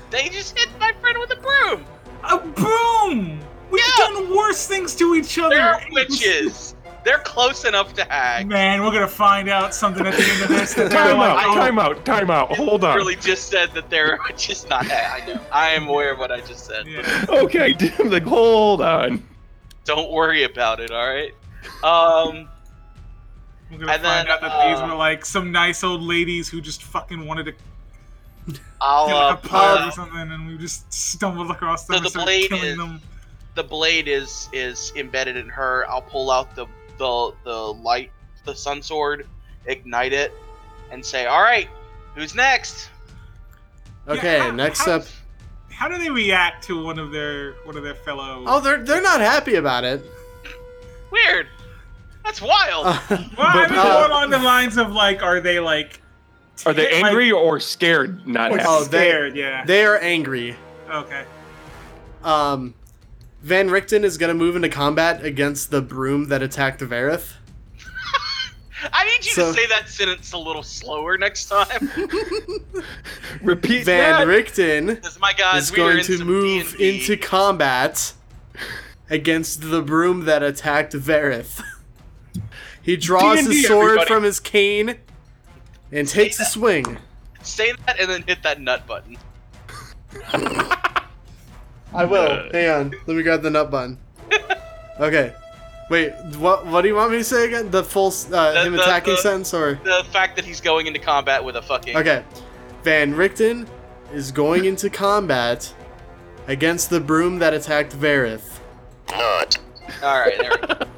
They just hit my friend with a broom. a broom! We've Yeah. done worse things to each other. They're witches. They're close enough to hag. Man, we're gonna find out something at the end of this. that they're Time like, out, oh, time out, time out. Hold on. Really, just said that they're just not. hag. I know. I am aware of what I just said. yeah. Okay, like hold on. Don't worry about it. All right. Um. We're And gonna find then, out that these uh, were like some nice old ladies who just fucking wanted to I'll kill like uh, a pod or uh, something, and we just stumbled across them So and the started blade killing is- them. the blade is is embedded in her. I'll pull out the the the light, the sun sword, ignite it, and say, "All right, who's next?" Yeah, Okay. how- next how- up. How do they react to one of their one of their fellow? Oh, they're they're not happy about it. Weird. That's wild. Uh, well, I but, mean, uh, more along the lines of like, are they like? Are they like, angry or scared? Not or happy. Oh, they- scared. yeah. they are angry. okay. Um, Van Richten is gonna move into combat against the broom that attacked Vareth. I need you so- to say that sentence a little slower next time, Repeat Van that. Richten because my God, is we are going in to some move D&D. into combat against the broom that attacked Vareth. He draws his D&D, sword everybody. from his cane and takes a swing. Say that and then hit that nut button. I Uh, will. Hang on. Let me grab the nut button. Okay. Wait, what what do you want me to say again? The full s- uh, The- him the- attacking the- sentence or The fact that he's going into combat with a fucking Okay. Van Richten is going into combat against the broom that attacked Vareth. Not. All right, there.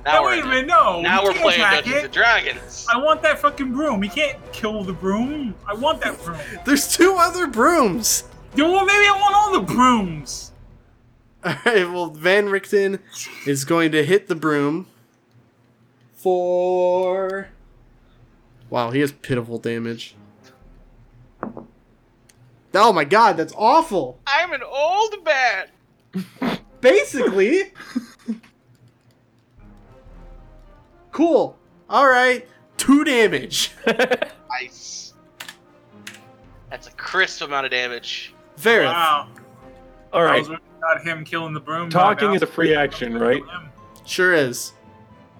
we go. Now no, we're wait a in it. minute. No. now we we're can't playing attack Dungeons it. and Dragons. I want that fucking broom. We can't kill the broom. I want that broom. There's two other brooms. Yo, well, maybe I want all the brooms. All right. Well, Van Richten is going to hit the broom for. Wow, he has pitiful damage. Oh my god, that's awful. I'm an old man. Basically. cool. All right. Two damage. Nice. That's a crisp amount of damage. Vareth. Wow. All I right. was worried about him killing the broom. by Talking now. is a free action, right? Him. Sure is.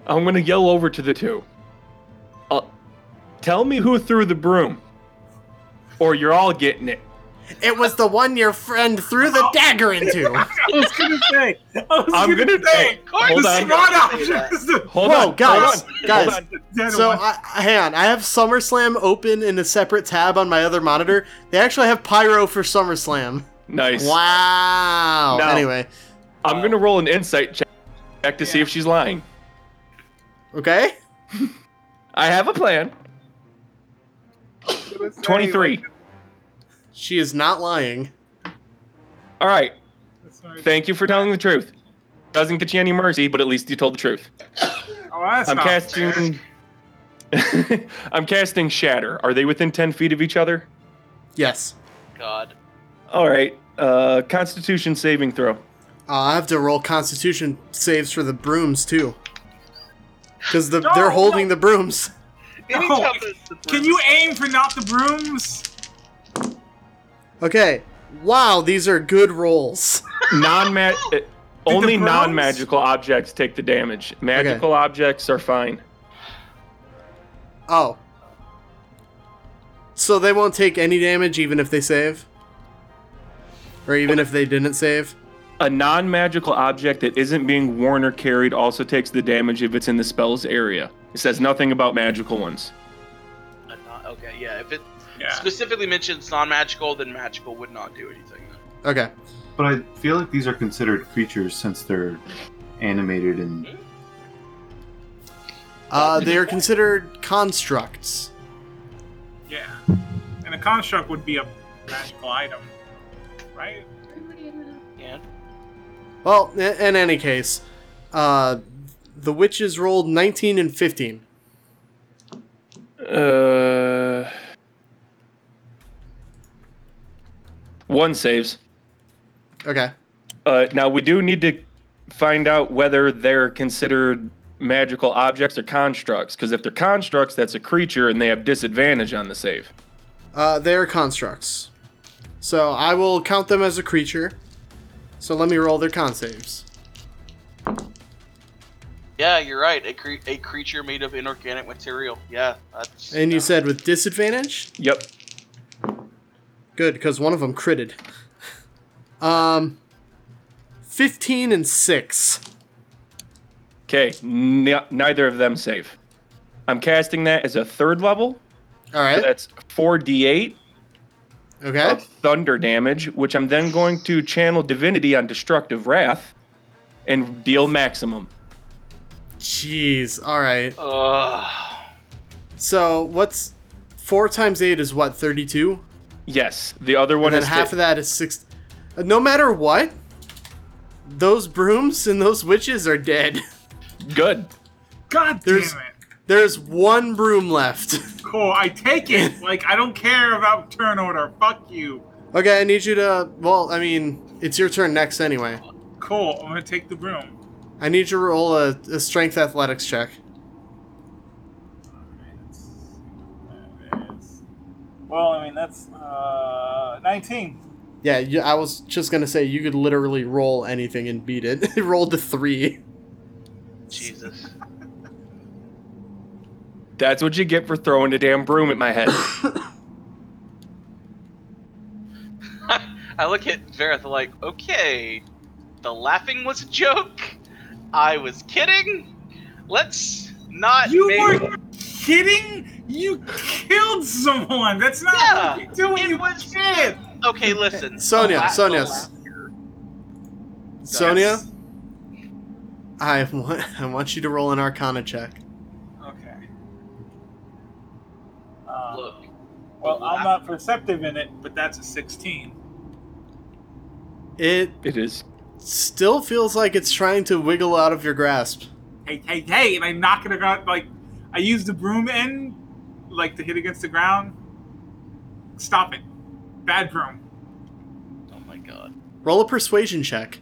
I'm gonna yell over to the two. Uh, tell me who threw the broom, or you're all getting it. It was the one your friend threw the dagger into. I was gonna say. I was I'm gonna, gonna say. take- Hold the on. smart Say option that. is the Hold Whoa, on, guys, hold on, guys. Hold on. dead So one. I, I- hang on, I have SummerSlam open in a separate tab on my other monitor. They actually have Pyro for SummerSlam. Nice. Wow. No. Anyway, I'm gonna roll an insight check, check to see Yeah. if she's lying. okay. I have a plan. Twenty-three. She is not lying. All right. That's right. Thank you for telling the truth. Doesn't get you any mercy, but at least you told the truth. Oh, that's I'm not casting. I'm casting Shatter. Are they within ten feet of each other? Yes. God. All right. Uh, Constitution saving throw. Uh, I have to roll Constitution saves for the brooms too, because the, they're holding the brooms. Anytime the- the Can you aim for not the brooms? Okay. Wow, these are good rolls. Non ma- uh, the only bronze- non magical objects take the damage. Magical objects are fine. Oh. So they won't take any damage even if they save? Or even if they didn't save? A non magical object that isn't being worn or carried also takes the damage if it's in the spell's area. It says nothing about magical ones. Uh, not- okay, yeah. If it Yeah. specifically mentions non-magical, then magical would not do anything. Okay. But I feel like these are considered creatures since they're animated and Uh, they are considered constructs. Yeah. And a construct would be a magical item, right? Yeah. Well, i- in any case, uh, the witches rolled 19 and 15. Uh. One saves. Okay. Uh, now we do need to find out whether they're considered magical objects or constructs. Because if they're constructs, that's a creature, and they have disadvantage on the save. Uh, they are constructs. So I will count them as a creature. So let me roll their con saves. Yeah, you're right. A, cre- a creature made of inorganic material. Yeah, that's. And you no. said with disadvantage? Yep. Good, because one of them critted. Um, 15 and 6. Okay. N- neither of them save. I'm casting that as a third level. All So right. that's four d8 Okay. of thunder damage, which I'm then going to channel divinity on destructive wrath, and deal maximum. Jeez. All right. Ugh. So what's four times eight is what thirty-two, Yes. The other one and then is half of that is six. uh, No matter what, those brooms and those witches are dead. good. God There's- damn it. There's one broom left. Cool, I take it. like, I don't care about turn order. Fuck you. okay, I need you to. Well, I mean, it's your turn next anyway. Cool, I'm gonna take the broom. I need you to roll a, a strength athletics check. Well, I mean, that's uh, 19. Yeah, you, I was just gonna say you could literally roll anything and beat it. it rolled a three. Jesus. That's what you get for throwing a damn broom at my head. I look at Verith like, okay, the laughing was a joke. I was kidding. Let's not. You make- were kidding? You killed someone. That's not Yeah, what you do when it you was- did. Okay, listen. Sonia, The la- Oh, the Sonia. laughter. Sonia, I want I want you to roll an Arcana check. Okay. Uh, Look, well, I'm not perceptive in it, but that's a 16. It it is. still feels like it's trying to wiggle out of your grasp. hey, hey, hey, and I knock it around. Like, I use the broom end, like, to hit against the ground. Stop it. Bad broom. oh my god. Roll a persuasion check.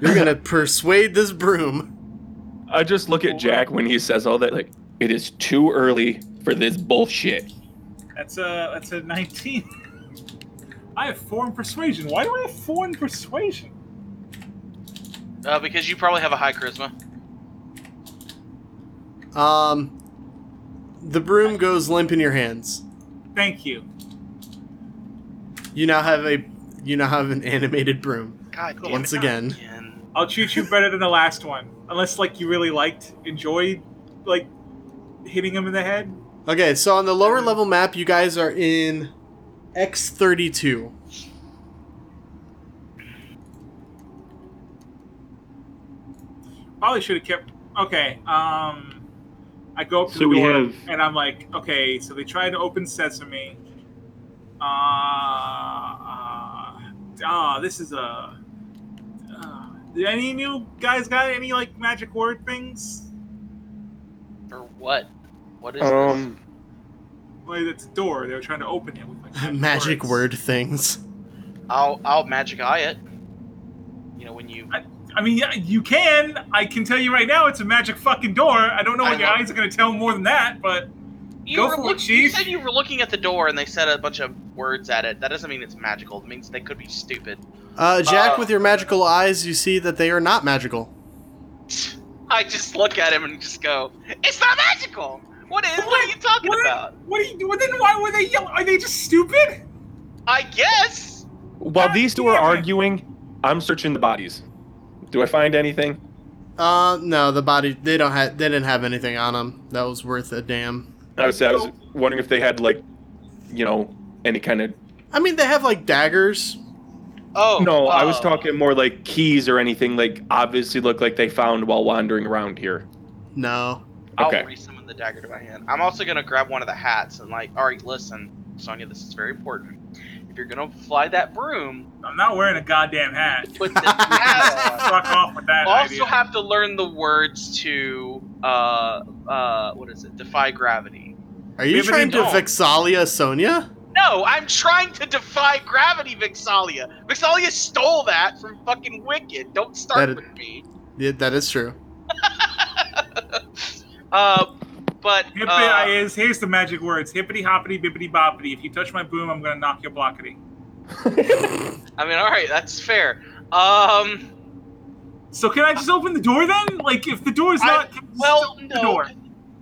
You're gonna persuade this broom. I just look at Jack when he says all that. Like, it is too early for this bullshit. That's a, that's a 19. I have four in persuasion. Why do I have four in persuasion? Uh, because you probably have a high charisma. Um, the broom goes limp in your hands. Thank you. You now have a you now have an animated broom. God damn Once it. again. I'll treat you better than the last one. Unless, like, you really liked, enjoyed, like, hitting him in the head. Okay, so on the lower level map, you guys are in X32. Probably should have kept. Okay. Um, I go up to So the we door have- and I'm like, okay. So they tried to open sesame. Uh, ah, this is a Did any new guys got any like magic word things? Or what? What is Um, Wait, it's a door. They were trying to open it with like Magic words. word things. this? I'll I'll magic eye it. You know when you I mean, yeah, you can. I can tell you right now, it's a magic fucking door. I don't know I what your love- eyes are gonna tell more than that, but you Go were for it, look- You Chief. said you were looking at the door and they said a bunch of words at it. That doesn't mean it's magical. It means they could be stupid. Uh, Jack, Uh, with your magical eyes, you see that they are not magical. I just look at him and just go, "It's not magical. What is? What, are you talking What? about?" what are you? Well, then why were they yelling? Are they just stupid? I guess. while these two are God damn it. arguing, I'm searching the bodies. Do I find anything? Uh, no, the body they don't have they didn't have anything on them that was worth a damn. I was, I was wondering if they had like, you know, any kind of. I mean, they have like daggers. Oh No, I was uh, talking more like keys or anything. Like obviously, look like they found while wandering around here. No, I'll Okay. resummon the dagger to my hand. I'm also gonna grab one of the hats and like, all right, listen, Sonya, this is very important. If you're gonna fly that broom, I'm not wearing a goddamn hat. put this hat Fuck off with that on. Also idea. have to learn the words to uh uh what is it? Defy gravity. are you Maybe they trying to don't. Vexalia Sonia? No, I'm trying to defy gravity, Vixalia. Vixalia stole that from fucking Wicked. Don't start That- with me. Yeah, that is true. Uh, but Hippity uh, is here's the magic words: hippity hoppity bippity boppity. If you touch my boom, I'm gonna knock your blockity. I mean, all right, that's fair. Um. So can I just open the door then? Like if the door's I- not can you just Well, open the no. door?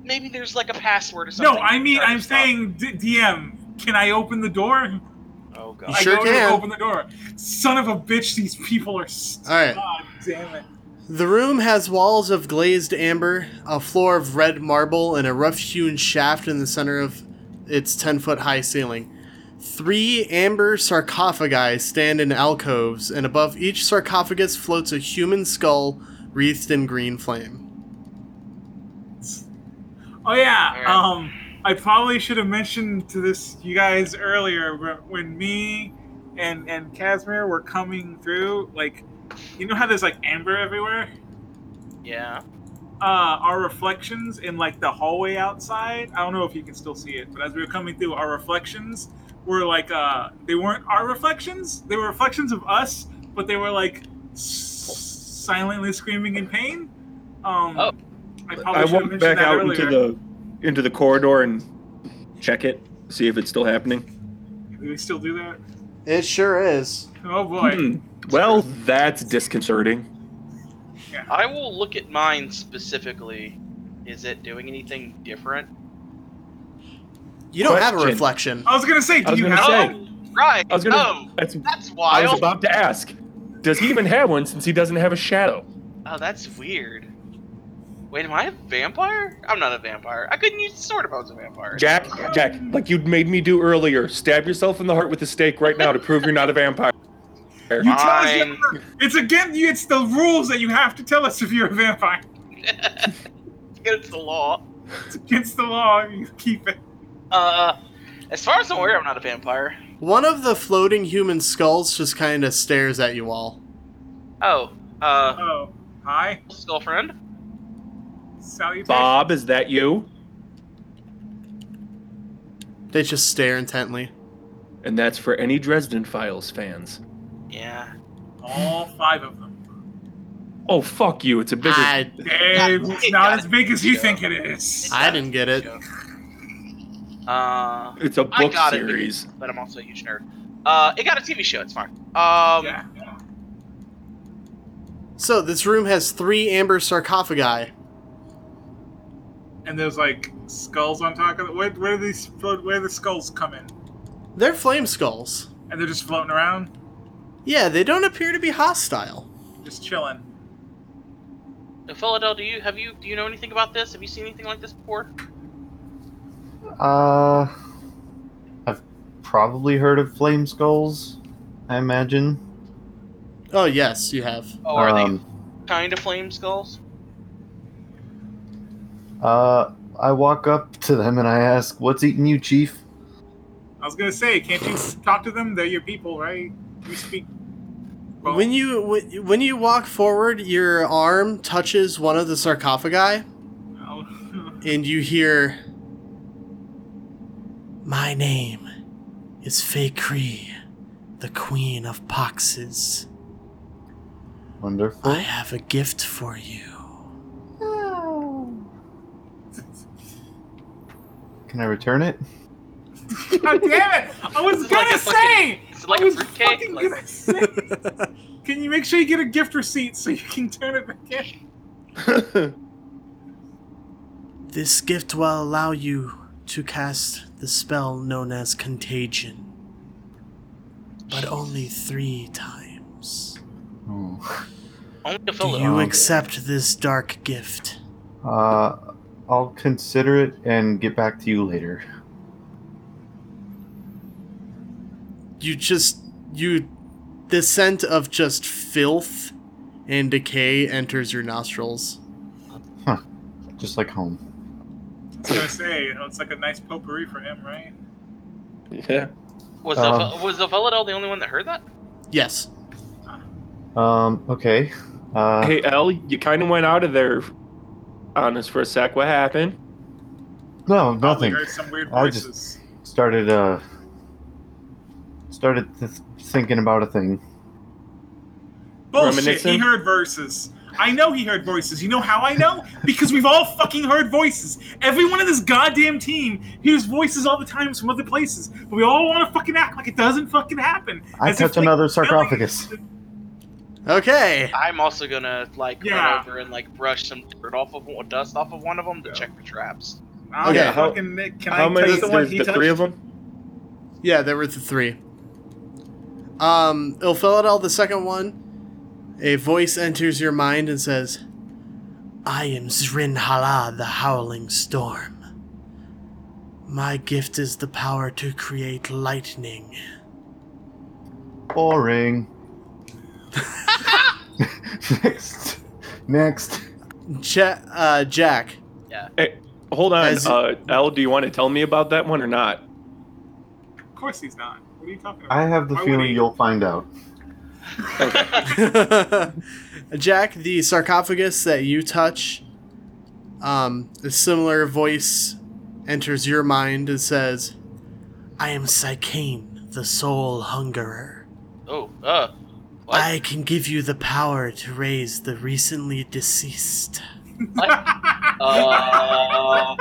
Maybe there's like a password or something. No, I mean Try to I'm stop. saying D- DM. Can I open the door? Oh You god. I sure go to can. open the door. Son of a bitch! These people are. St- All right. God damn it. The room has walls of glazed amber, a floor of red marble, and a rough hewn shaft in the center of its 10 foot high ceiling. Three amber sarcophagi stand in alcoves, and above each sarcophagus floats a human skull wreathed in green flame. Oh yeah. Alright. Um, I probably should have mentioned to this you guys earlier but when me and and Casimir were coming through. Like, you know how there's like amber everywhere. Yeah. Uh, our reflections in like the hallway outside. I don't know if you can still see it, but as we were coming through, our reflections were like uh, they weren't our reflections. They were reflections of us, but they were like s- silently screaming in pain. Um, Oh. I I probably should have went mentioned back that out earlier. into the into the corridor and check it, see if it's still happening. Do we still do that? It sure is. Oh boy. Hmm. Well, that's disconcerting. I will look at mine specifically. Is it doing anything different? You don't have a Question. reflection. I was gonna say, do I was you gonna have? say. Right. I was gonna. Oh, that's, that's I wild. was about to ask. Does he even have one since he doesn't have a shadow? Oh, that's weird. Wait, am I a vampire? I'm not a vampire. I couldn't use the sword if I was a vampire. Jack, Jack, like you made me do earlier, stab yourself in the heart with a stake right now to prove you're not a vampire. You tell us. Fine. you're- It's again. You, it's the rules that you have to tell us if you're a vampire. Against the law. It's against the law. You keep it. Uh, as far as I'm aware, I'm not a vampire. One of the floating human skulls just kind of stares at you all. Oh, uh, Oh, hi, girlfriend. salutation. Bob, is that you? They just stare intently. And that's for any Dresden Files fans. Yeah. All five of them. Oh fuck you! It's a bigger. Ah, I, Dave, Yeah, it's it not got as big as you Yeah. think it is. I didn't get it. Uh, it's a I book got it. series. but I'm also a huge nerd. Uh, it got a TV show. It's fine. Um, Yeah. So this room has three amber sarcophagi. And there's like skulls on top of it. Where, where do these? float- Where do the skulls come in? They're flame skulls. And they're just floating around, Yeah, they don't appear to be hostile. just chilling. Philadel, do you have you do you know anything about this? Have you seen anything like this before? Uh, I've probably heard of flame skulls. I imagine. Oh yes, you have. Oh, are Um, they kind of flame skulls? Uh, I walk up to them and I ask, "What's eating you, Chief?" I was gonna say, can't you s- talk to them? They're your people, right? You speak Boom. When you when- when you walk forward, your arm touches one of the sarcophagi, Oh. and you hear, "My name is Fei Cree, the Queen of Poxes. Wonderful. I have a gift for you." Can I return it? God damn it! I was It's like gonna a say. fucking- Is it like I a was fruitcake? fucking Like, gonna say. Can you make sure you get a gift receipt so you can turn it back in? This gift will allow you to cast the spell known as Contagion, but only three times. Oh. only to Do fill it you Um, accept this dark gift? Uh, I'll consider it and get back to you later. You just. You. The scent of just filth and decay enters your nostrils. Just like home. I was gonna say you know, it's like a nice potpourri for him, right? yeah. Was Um, the fe- was the Veladel the only one that heard that? Yes. Um, okay. Uh, Hey, L, you kind of went out of there on us for a sec. What happened? no, Probably nothing. Heard some weird I just- voices. Started, uh, started th- thinking about a thing. Bullshit. He Reminiscing? heard verses. I know he heard voices. You know how I know? Because we've all fucking heard voices. Everyone in this goddamn team hears voices all the time from other places, but we all want to fucking act like it doesn't fucking happen. I As if, touch like, another really- sarcophagus. Okay. I'm also gonna like Yeah. run over and like brush some dirt off of one, dust off of one of them to check for traps. I'm Okay, how- Oh, fucking Nick. Can How I many? touch the one There's he the touched? three of them. Yeah, there were the three. Um, Ilphiladel, the second one, a voice enters your mind and says, I am Zrinhala, the Howling Storm. My gift is the power to create lightning. Boring. next. Next. Ja- uh, Jack, Hold on, As- uh, L. Do you want to tell me about that one or not? Of course he's not. What are you talking about? I have the Why would feeling he? you'll find out. Jack, the sarcophagus that you touch, um, a similar voice enters your mind and says, I am Psychane, the soul hungerer. Oh, uh, what? I can give you the power to raise the recently deceased. uh,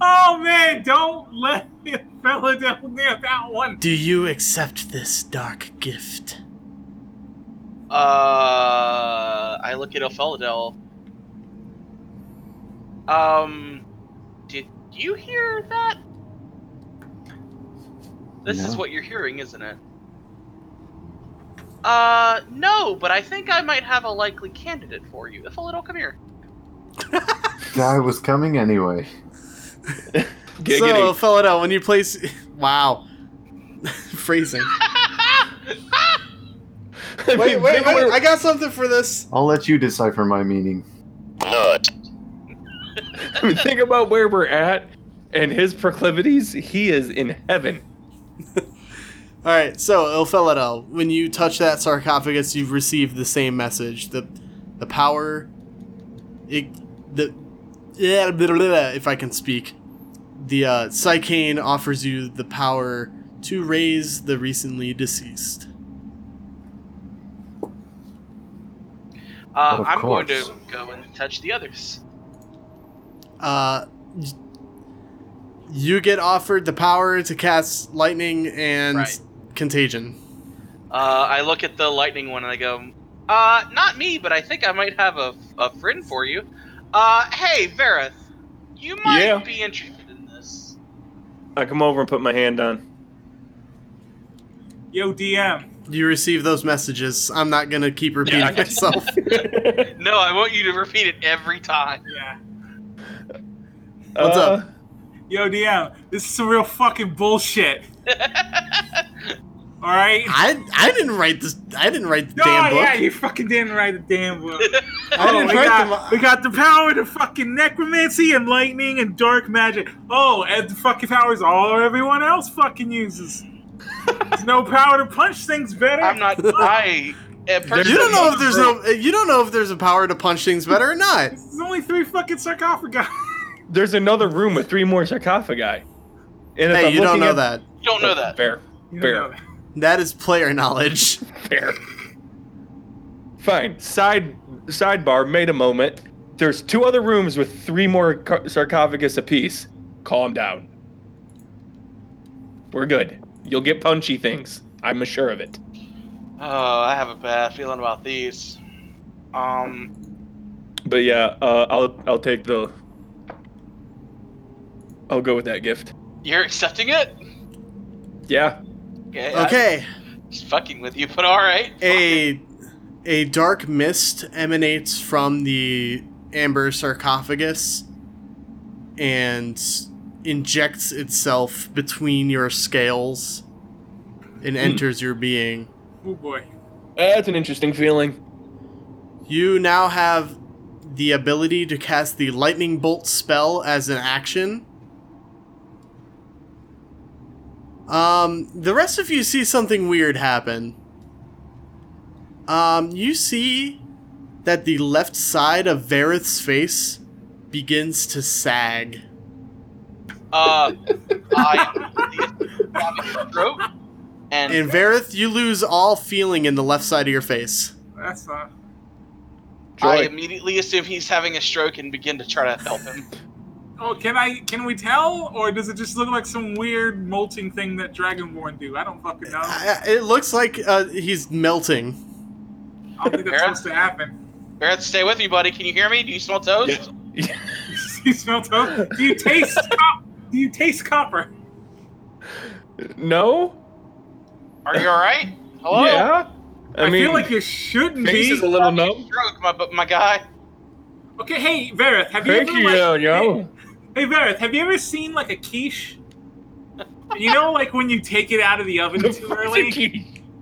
oh man, don't let the fella down near that one. Do you accept this dark gift? uh, I look at Opheladel. Um, did you hear that? This is No. what you're hearing, isn't it? Uh, no, but I think I might have a likely candidate for you. Opheladel, come here. I was coming anyway. So, Giggity. Philadel, when you place. Wow. Phrasing. I Wait, mean, wait, they wait. were- I got something for this. I'll let you decipher my meaning. I mean, think about where we're at and his proclivities. He is in heaven. All right, so Opheladel, when you touch that sarcophagus, you've received the same message. The, the power, it, the, yeah, blah, blah, blah, if I can speak, the uh, Psychane offers you the power to raise the recently deceased. Uh, Of I'm going course. to go and touch the others. Uh, y- you get offered the power to cast lightning and Right. contagion. Uh, I look at the lightning one and I go, uh, not me, but I think I might have a, a friend for you. Uh, hey, Verith, you might Yeah. be interested in this. I come over and put my hand on. Yo, DM. You receive those messages. I'm not gonna keep repeating Yeah, I- myself. No, I want you to repeat it every time. Yeah. Uh, What's up? Yo, DM. This is some real fucking bullshit. All right. I I didn't write this. I didn't write the No, damn book. yeah, you fucking didn't write the damn book. I Oh, didn't we, write got, them. we got the power to fucking necromancy and lightning and dark magic. Oh, and the fucking powers all everyone else fucking uses. There's no power to punch things better. I'm not. I And There's- You don't know if there's personally- no. You don't know if there's a power to punch things better or not. There's only three fucking sarcophagi. There's another room with three more sarcophagi. And if Hey, I'm you don't looking know at- that. You don't know that. Fair, You Fair. don't know that. That is player knowledge. fair. Fine. Side sidebar. Made a moment. There's two other rooms with three more car- sarcophagus apiece. Calm down. We're good. You'll get punchy things. I'm sure of it. Oh, I have a bad feeling about these. Um, But yeah, uh, I'll I'll take the. I'll go with that gift. you're accepting it? Yeah. Okay. I- Okay. Just fucking with you, but all right. A a dark mist emanates from the amber sarcophagus and injects itself between your scales and enters your being. Oh boy. That's an interesting feeling. You now have the ability to cast the lightning bolt spell as an action. Um, the rest of you see something weird happen. Um, you see that the left side of Vareth's face begins to sag. Uh, I having a stroke, and And Vareth, you lose all feeling in the left side of your face. That's uh, not. I Joy. immediately assume he's having a stroke and begin to try to help him. Oh, can I? Can we tell, or does it just look like some weird molting thing that Dragonborn do? I don't fucking know. I I- I- It looks like uh, he's melting. don't think that's supposed to happen. Barrett, stay with me, buddy. Can you hear me? Do you smell toes? Yeah. you smell toast? Do you taste? cop- do you taste copper? No. Are you all right? Hello. Yeah. I, I, mean, feel like you shouldn't face be. is a little numb. Stroke, my bu- my guy. Okay, hey Vareth, have you Thank ever you, like, yo, yo. Hey, Vareth, have you ever seen like a quiche? You know, like when you take it out of the oven too early.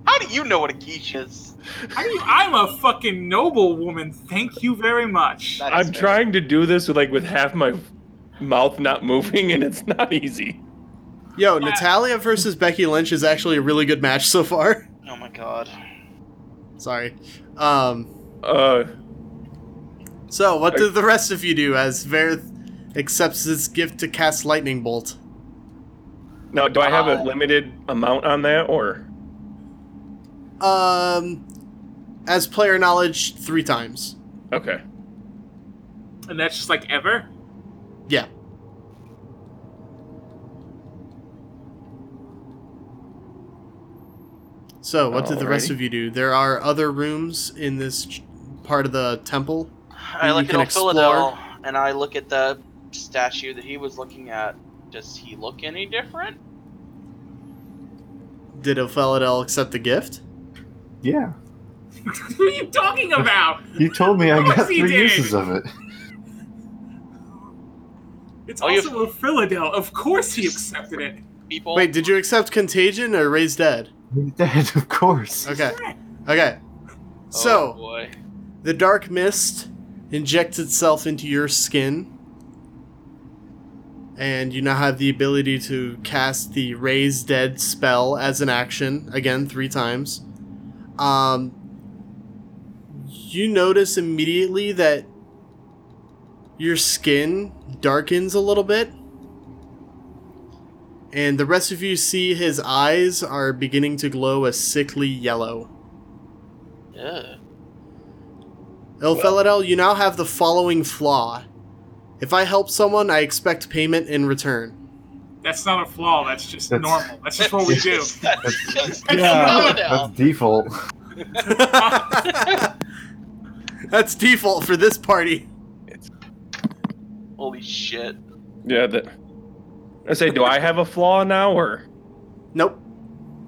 How do you know what a quiche is? How do you- I'm a fucking noble woman. Thank you very much. That is I'm fair. trying to do this with like with half my mouth not moving, and it's not easy. Yo, Natalia versus Becky Lynch is actually a really good match so far. Oh my god. Sorry. Um, Uh, so, what do the rest of you do as Vareth accepts this gift to cast Lightning Bolt? now do I have a Uh, limited amount on that, or Um, as player knowledge, three times. okay? And that's just like ever. Yeah. So, what did the rest Alrighty. of you do? There are other rooms in this ch- part of the temple. I You look can at explore. Philadel and I look at the statue that he was looking at. Does he look any different? Did Ophelidel accept the gift? Yeah. what are you talking about? You told me I Of course got he three did. uses of it. It's Oh, you- also a Philadel. Of course he accepted it. People. Wait, did you accept Contagion or Raise Dead? That, of course. Okay. Okay. Oh, So, boy. the dark mist injects itself into your skin. And you now have the ability to cast the Raise Dead spell as an action, again, three times. Um, you notice immediately that your skin darkens a little bit. And the rest of you see his eyes are beginning to glow a sickly yellow. Yeah. Ilfeladel, you now have the following flaw. If I help someone, I expect payment in return. That's not a flaw. That's just That's- normal. That's just what we do. That's just Yeah. That's Philadel. default. That's default for this party. Holy shit. Yeah. That. I say, do I have a flaw now, or Nope.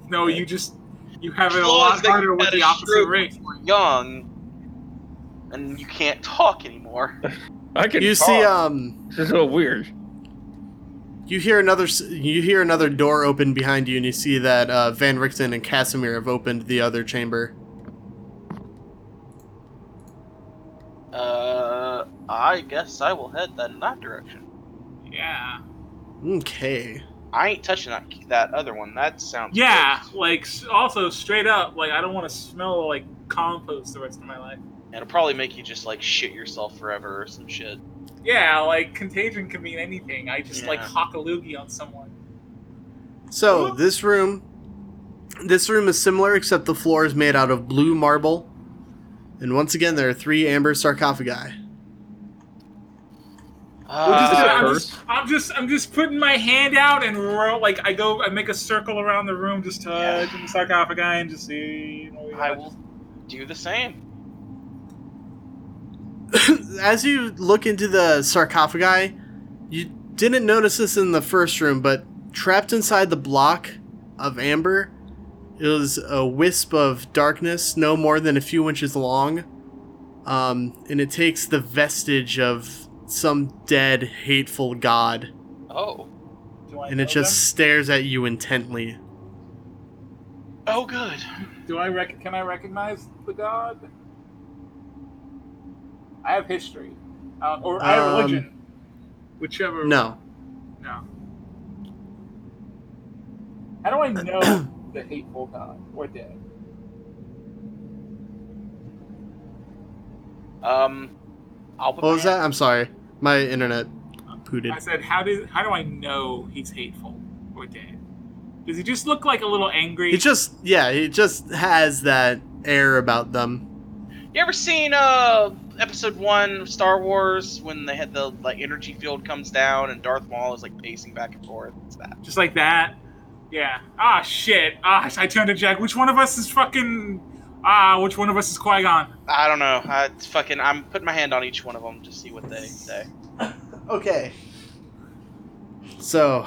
No, you just you have it a Flaw is lot that you harder with had a the opposite stroke. race. Young. And you can't talk anymore. I can? You see, um, This is so weird. you hear another, s- you hear another door open behind you, and you see that uh, Van Richten and Casimir have opened the other chamber. Uh, I guess I will head then in that direction. Yeah. Okay. I ain't touching that, that other one. That sounds Yeah, gross. like s- also straight up, like I don't want to smell like compost the rest of my life. It'll probably make you just like shit yourself forever or some shit. Yeah, like contagion can mean anything. I just like Yeah. hawk a loogie on someone. So this room, this room is similar except the floor is made out of blue marble, and once again there are three amber sarcophagi. Well, just- Is it a Uh, I'm, curse? just, I'm just I'm just putting my hand out and roll like I go I make a circle around the room, just touch the sarcophagi and just see. You know, we I got. will do the same. As you look into the sarcophagi, you didn't notice this in the first room, but trapped inside the block of amber is a wisp of darkness, no more than a few inches long, um, and it takes the vestige of some dead, hateful god, Oh. Do I and it know just stares at you intently. Oh, good. them? do I rec- can I recognize the god? I have history, uh, or I have Um, religion, whichever. No. No. How do I know the hateful god or dead? Um, I'll put What my was hand- that? I'm sorry. My internet I pooted. said, how do how do I know he's hateful or dead? Does he just look like a little angry? It just, yeah, it just has that air about them. You ever seen uh episode one of Star Wars when they had the like energy field comes down and Darth Maul is like pacing back and forth? It's that. just like that. Yeah. Ah, shit. Ah, I turned to Jack. Which one of us is fucking? Ah, which one of us is Qui Gon? I don't know. I it's fucking I'm putting my hand on each one of them to see what they say. Okay. So,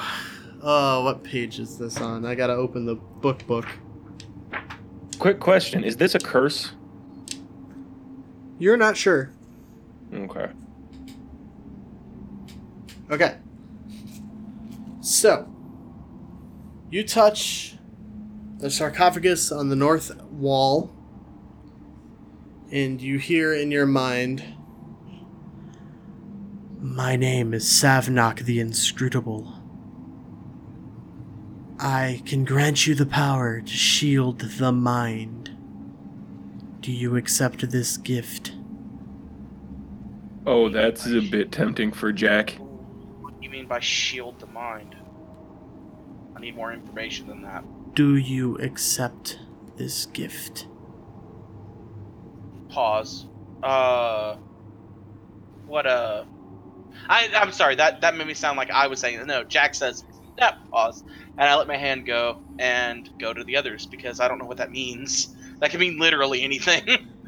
uh, what page is this on? I gotta open the book book. Quick question: Is this a curse? You're not sure. Okay. Okay. So, you touch the sarcophagus on the north wall, and you hear in your mind My name is Savnok the Inscrutable. I can grant you the power to shield the mind. Do you accept this gift? Oh, that's a bit tempting for Jack. What do you mean by shield the mind? I need more information than that. Do you accept this gift? Pause. Uh what uh I I'm sorry, that that made me sound like I was saying no, Jack says that pause. And I let my hand go and go to the others because I don't know what that means. That can mean literally anything.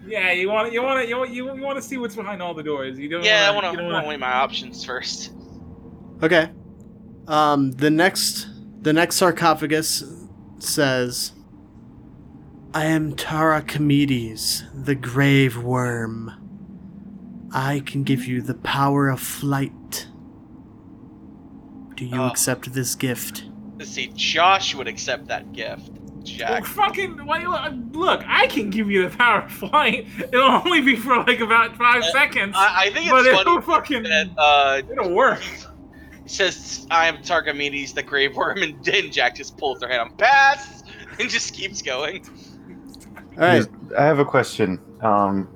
Yeah, you want to you want to you want you, want to see what's behind all the doors. You don't. yeah, I wanna, wanna, you don't I wanna weigh my options first. Okay. Um, the next the next sarcophagus says I am Tarachimedes, the grave worm. I can give you the power of flight. Do you Oh. accept this gift? To see Josh would accept that gift. Well, Jack. fucking wait, look- look! I can give you the power of flight. It'll only be for like about five Uh, seconds, I, I think but it's it'll funny fucking that uh it'll work. it says I am Targamedes the Grave Worm and then Jack just pulls their hand on pass and just keeps going. All right. I have a question. Um,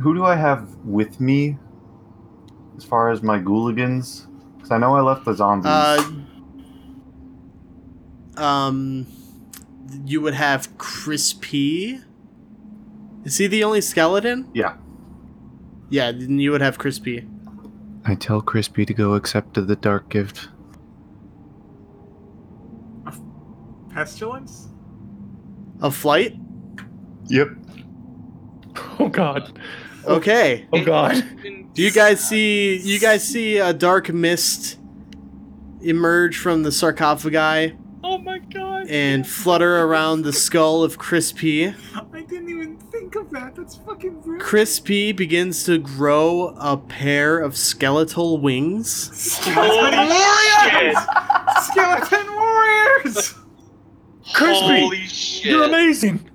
who do I have with me as far as my gooligans? Because I know I left the zombies. Uh, um, you would have Crispy. Is he the only skeleton? Yeah. Yeah, then you would have Crispy. I tell Crispy to go accept the dark gift. Pestilence. A flight? Yep. Oh God. Okay. Oh God. Do you guys see you guys see a dark mist emerge from the sarcophagi Oh my god. and flutter around the skull of Crispy? I didn't even think of that. That's fucking rude. Crispy begins to grow a pair of skeletal wings. Skeleton warriors! Skeleton warriors! Crispy, Holy shit. You're amazing.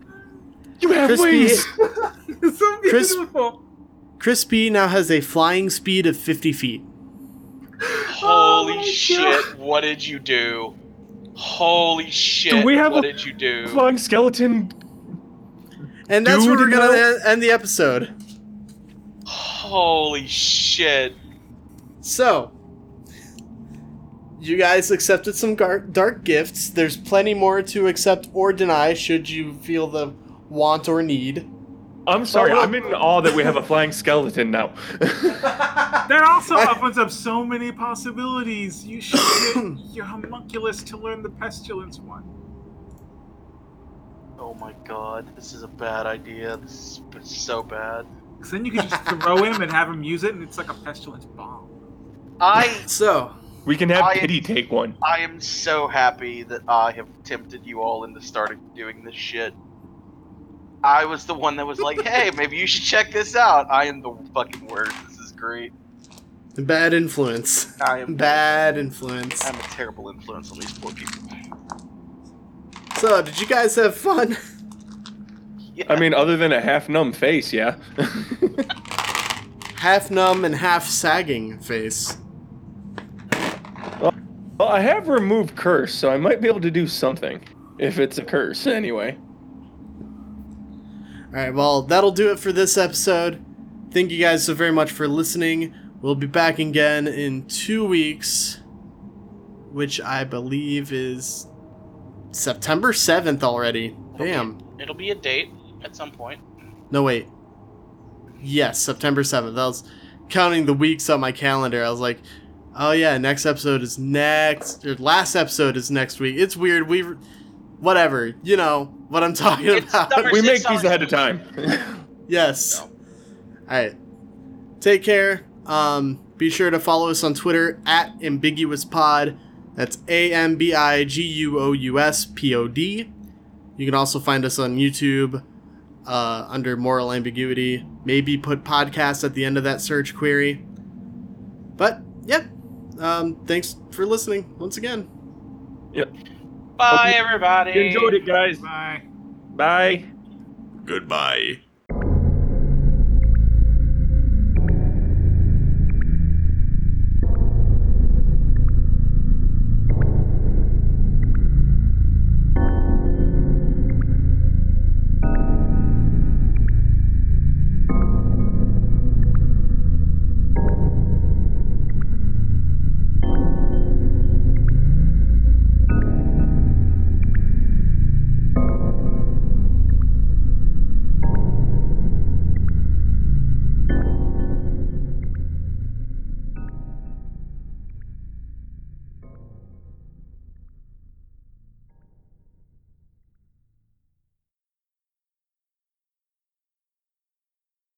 You have Crispy, wings. It's so Chris- beautiful. Crispy now has a flying speed of 50 feet. Holy my shit, what did you do? Holy shit, we have what a- did you do? Flying skeleton. And that's where Dude, we're gonna no. en- end the episode. Holy shit. So, you guys accepted some gar- dark gifts. There's plenty more to accept or deny should you feel the want or need. I'm sorry, Oh, wow. I'm in awe that we have a flying skeleton now. That also I- opens up so many possibilities. You should get your homunculus to learn the pestilence one. Oh my god, this is a bad idea. This is so bad. Because then you could just throw him and have him use it, and it's like a pestilence bomb. I So, We can have I- Pity take one. I am so happy that I have tempted you all into starting doing this shit. I was the one that was like, "Hey, maybe you should check this out." I am the fucking worst. This is great. bad influence. I am Bad influence. I'm a terrible influence on these poor people. So, did you guys have fun? Yeah. I mean, other than a half numb face, yeah. Half numb and half sagging face. well, I have removed curse, so I might be able to do something. If it's a curse, anyway. All right, well, that'll do it for this episode. Thank you guys so very much for listening. We'll be back again in two weeks, which I believe is September 7th already. Damn. it'll be a date at some point. No, wait. Yes, September 7th. I was counting the weeks on my calendar. I was like, oh, yeah, next episode is next. Or last episode is next week. It's weird. We. Whatever. You know what I'm talking It's about. summer- We Versus make these ahead of Sonic. time. Yes. No. All right. Take care. Um, be sure to follow us on Twitter at ambiguous pod. That's A M B I G U O U S P O D. You can also find us on YouTube uh, under Moral Ambiguity. Maybe put podcast at the end of that search query. But, yep. Um, thanks for listening once again. Bye, everybody. Enjoyed it, guys. Bye. Bye. Goodbye.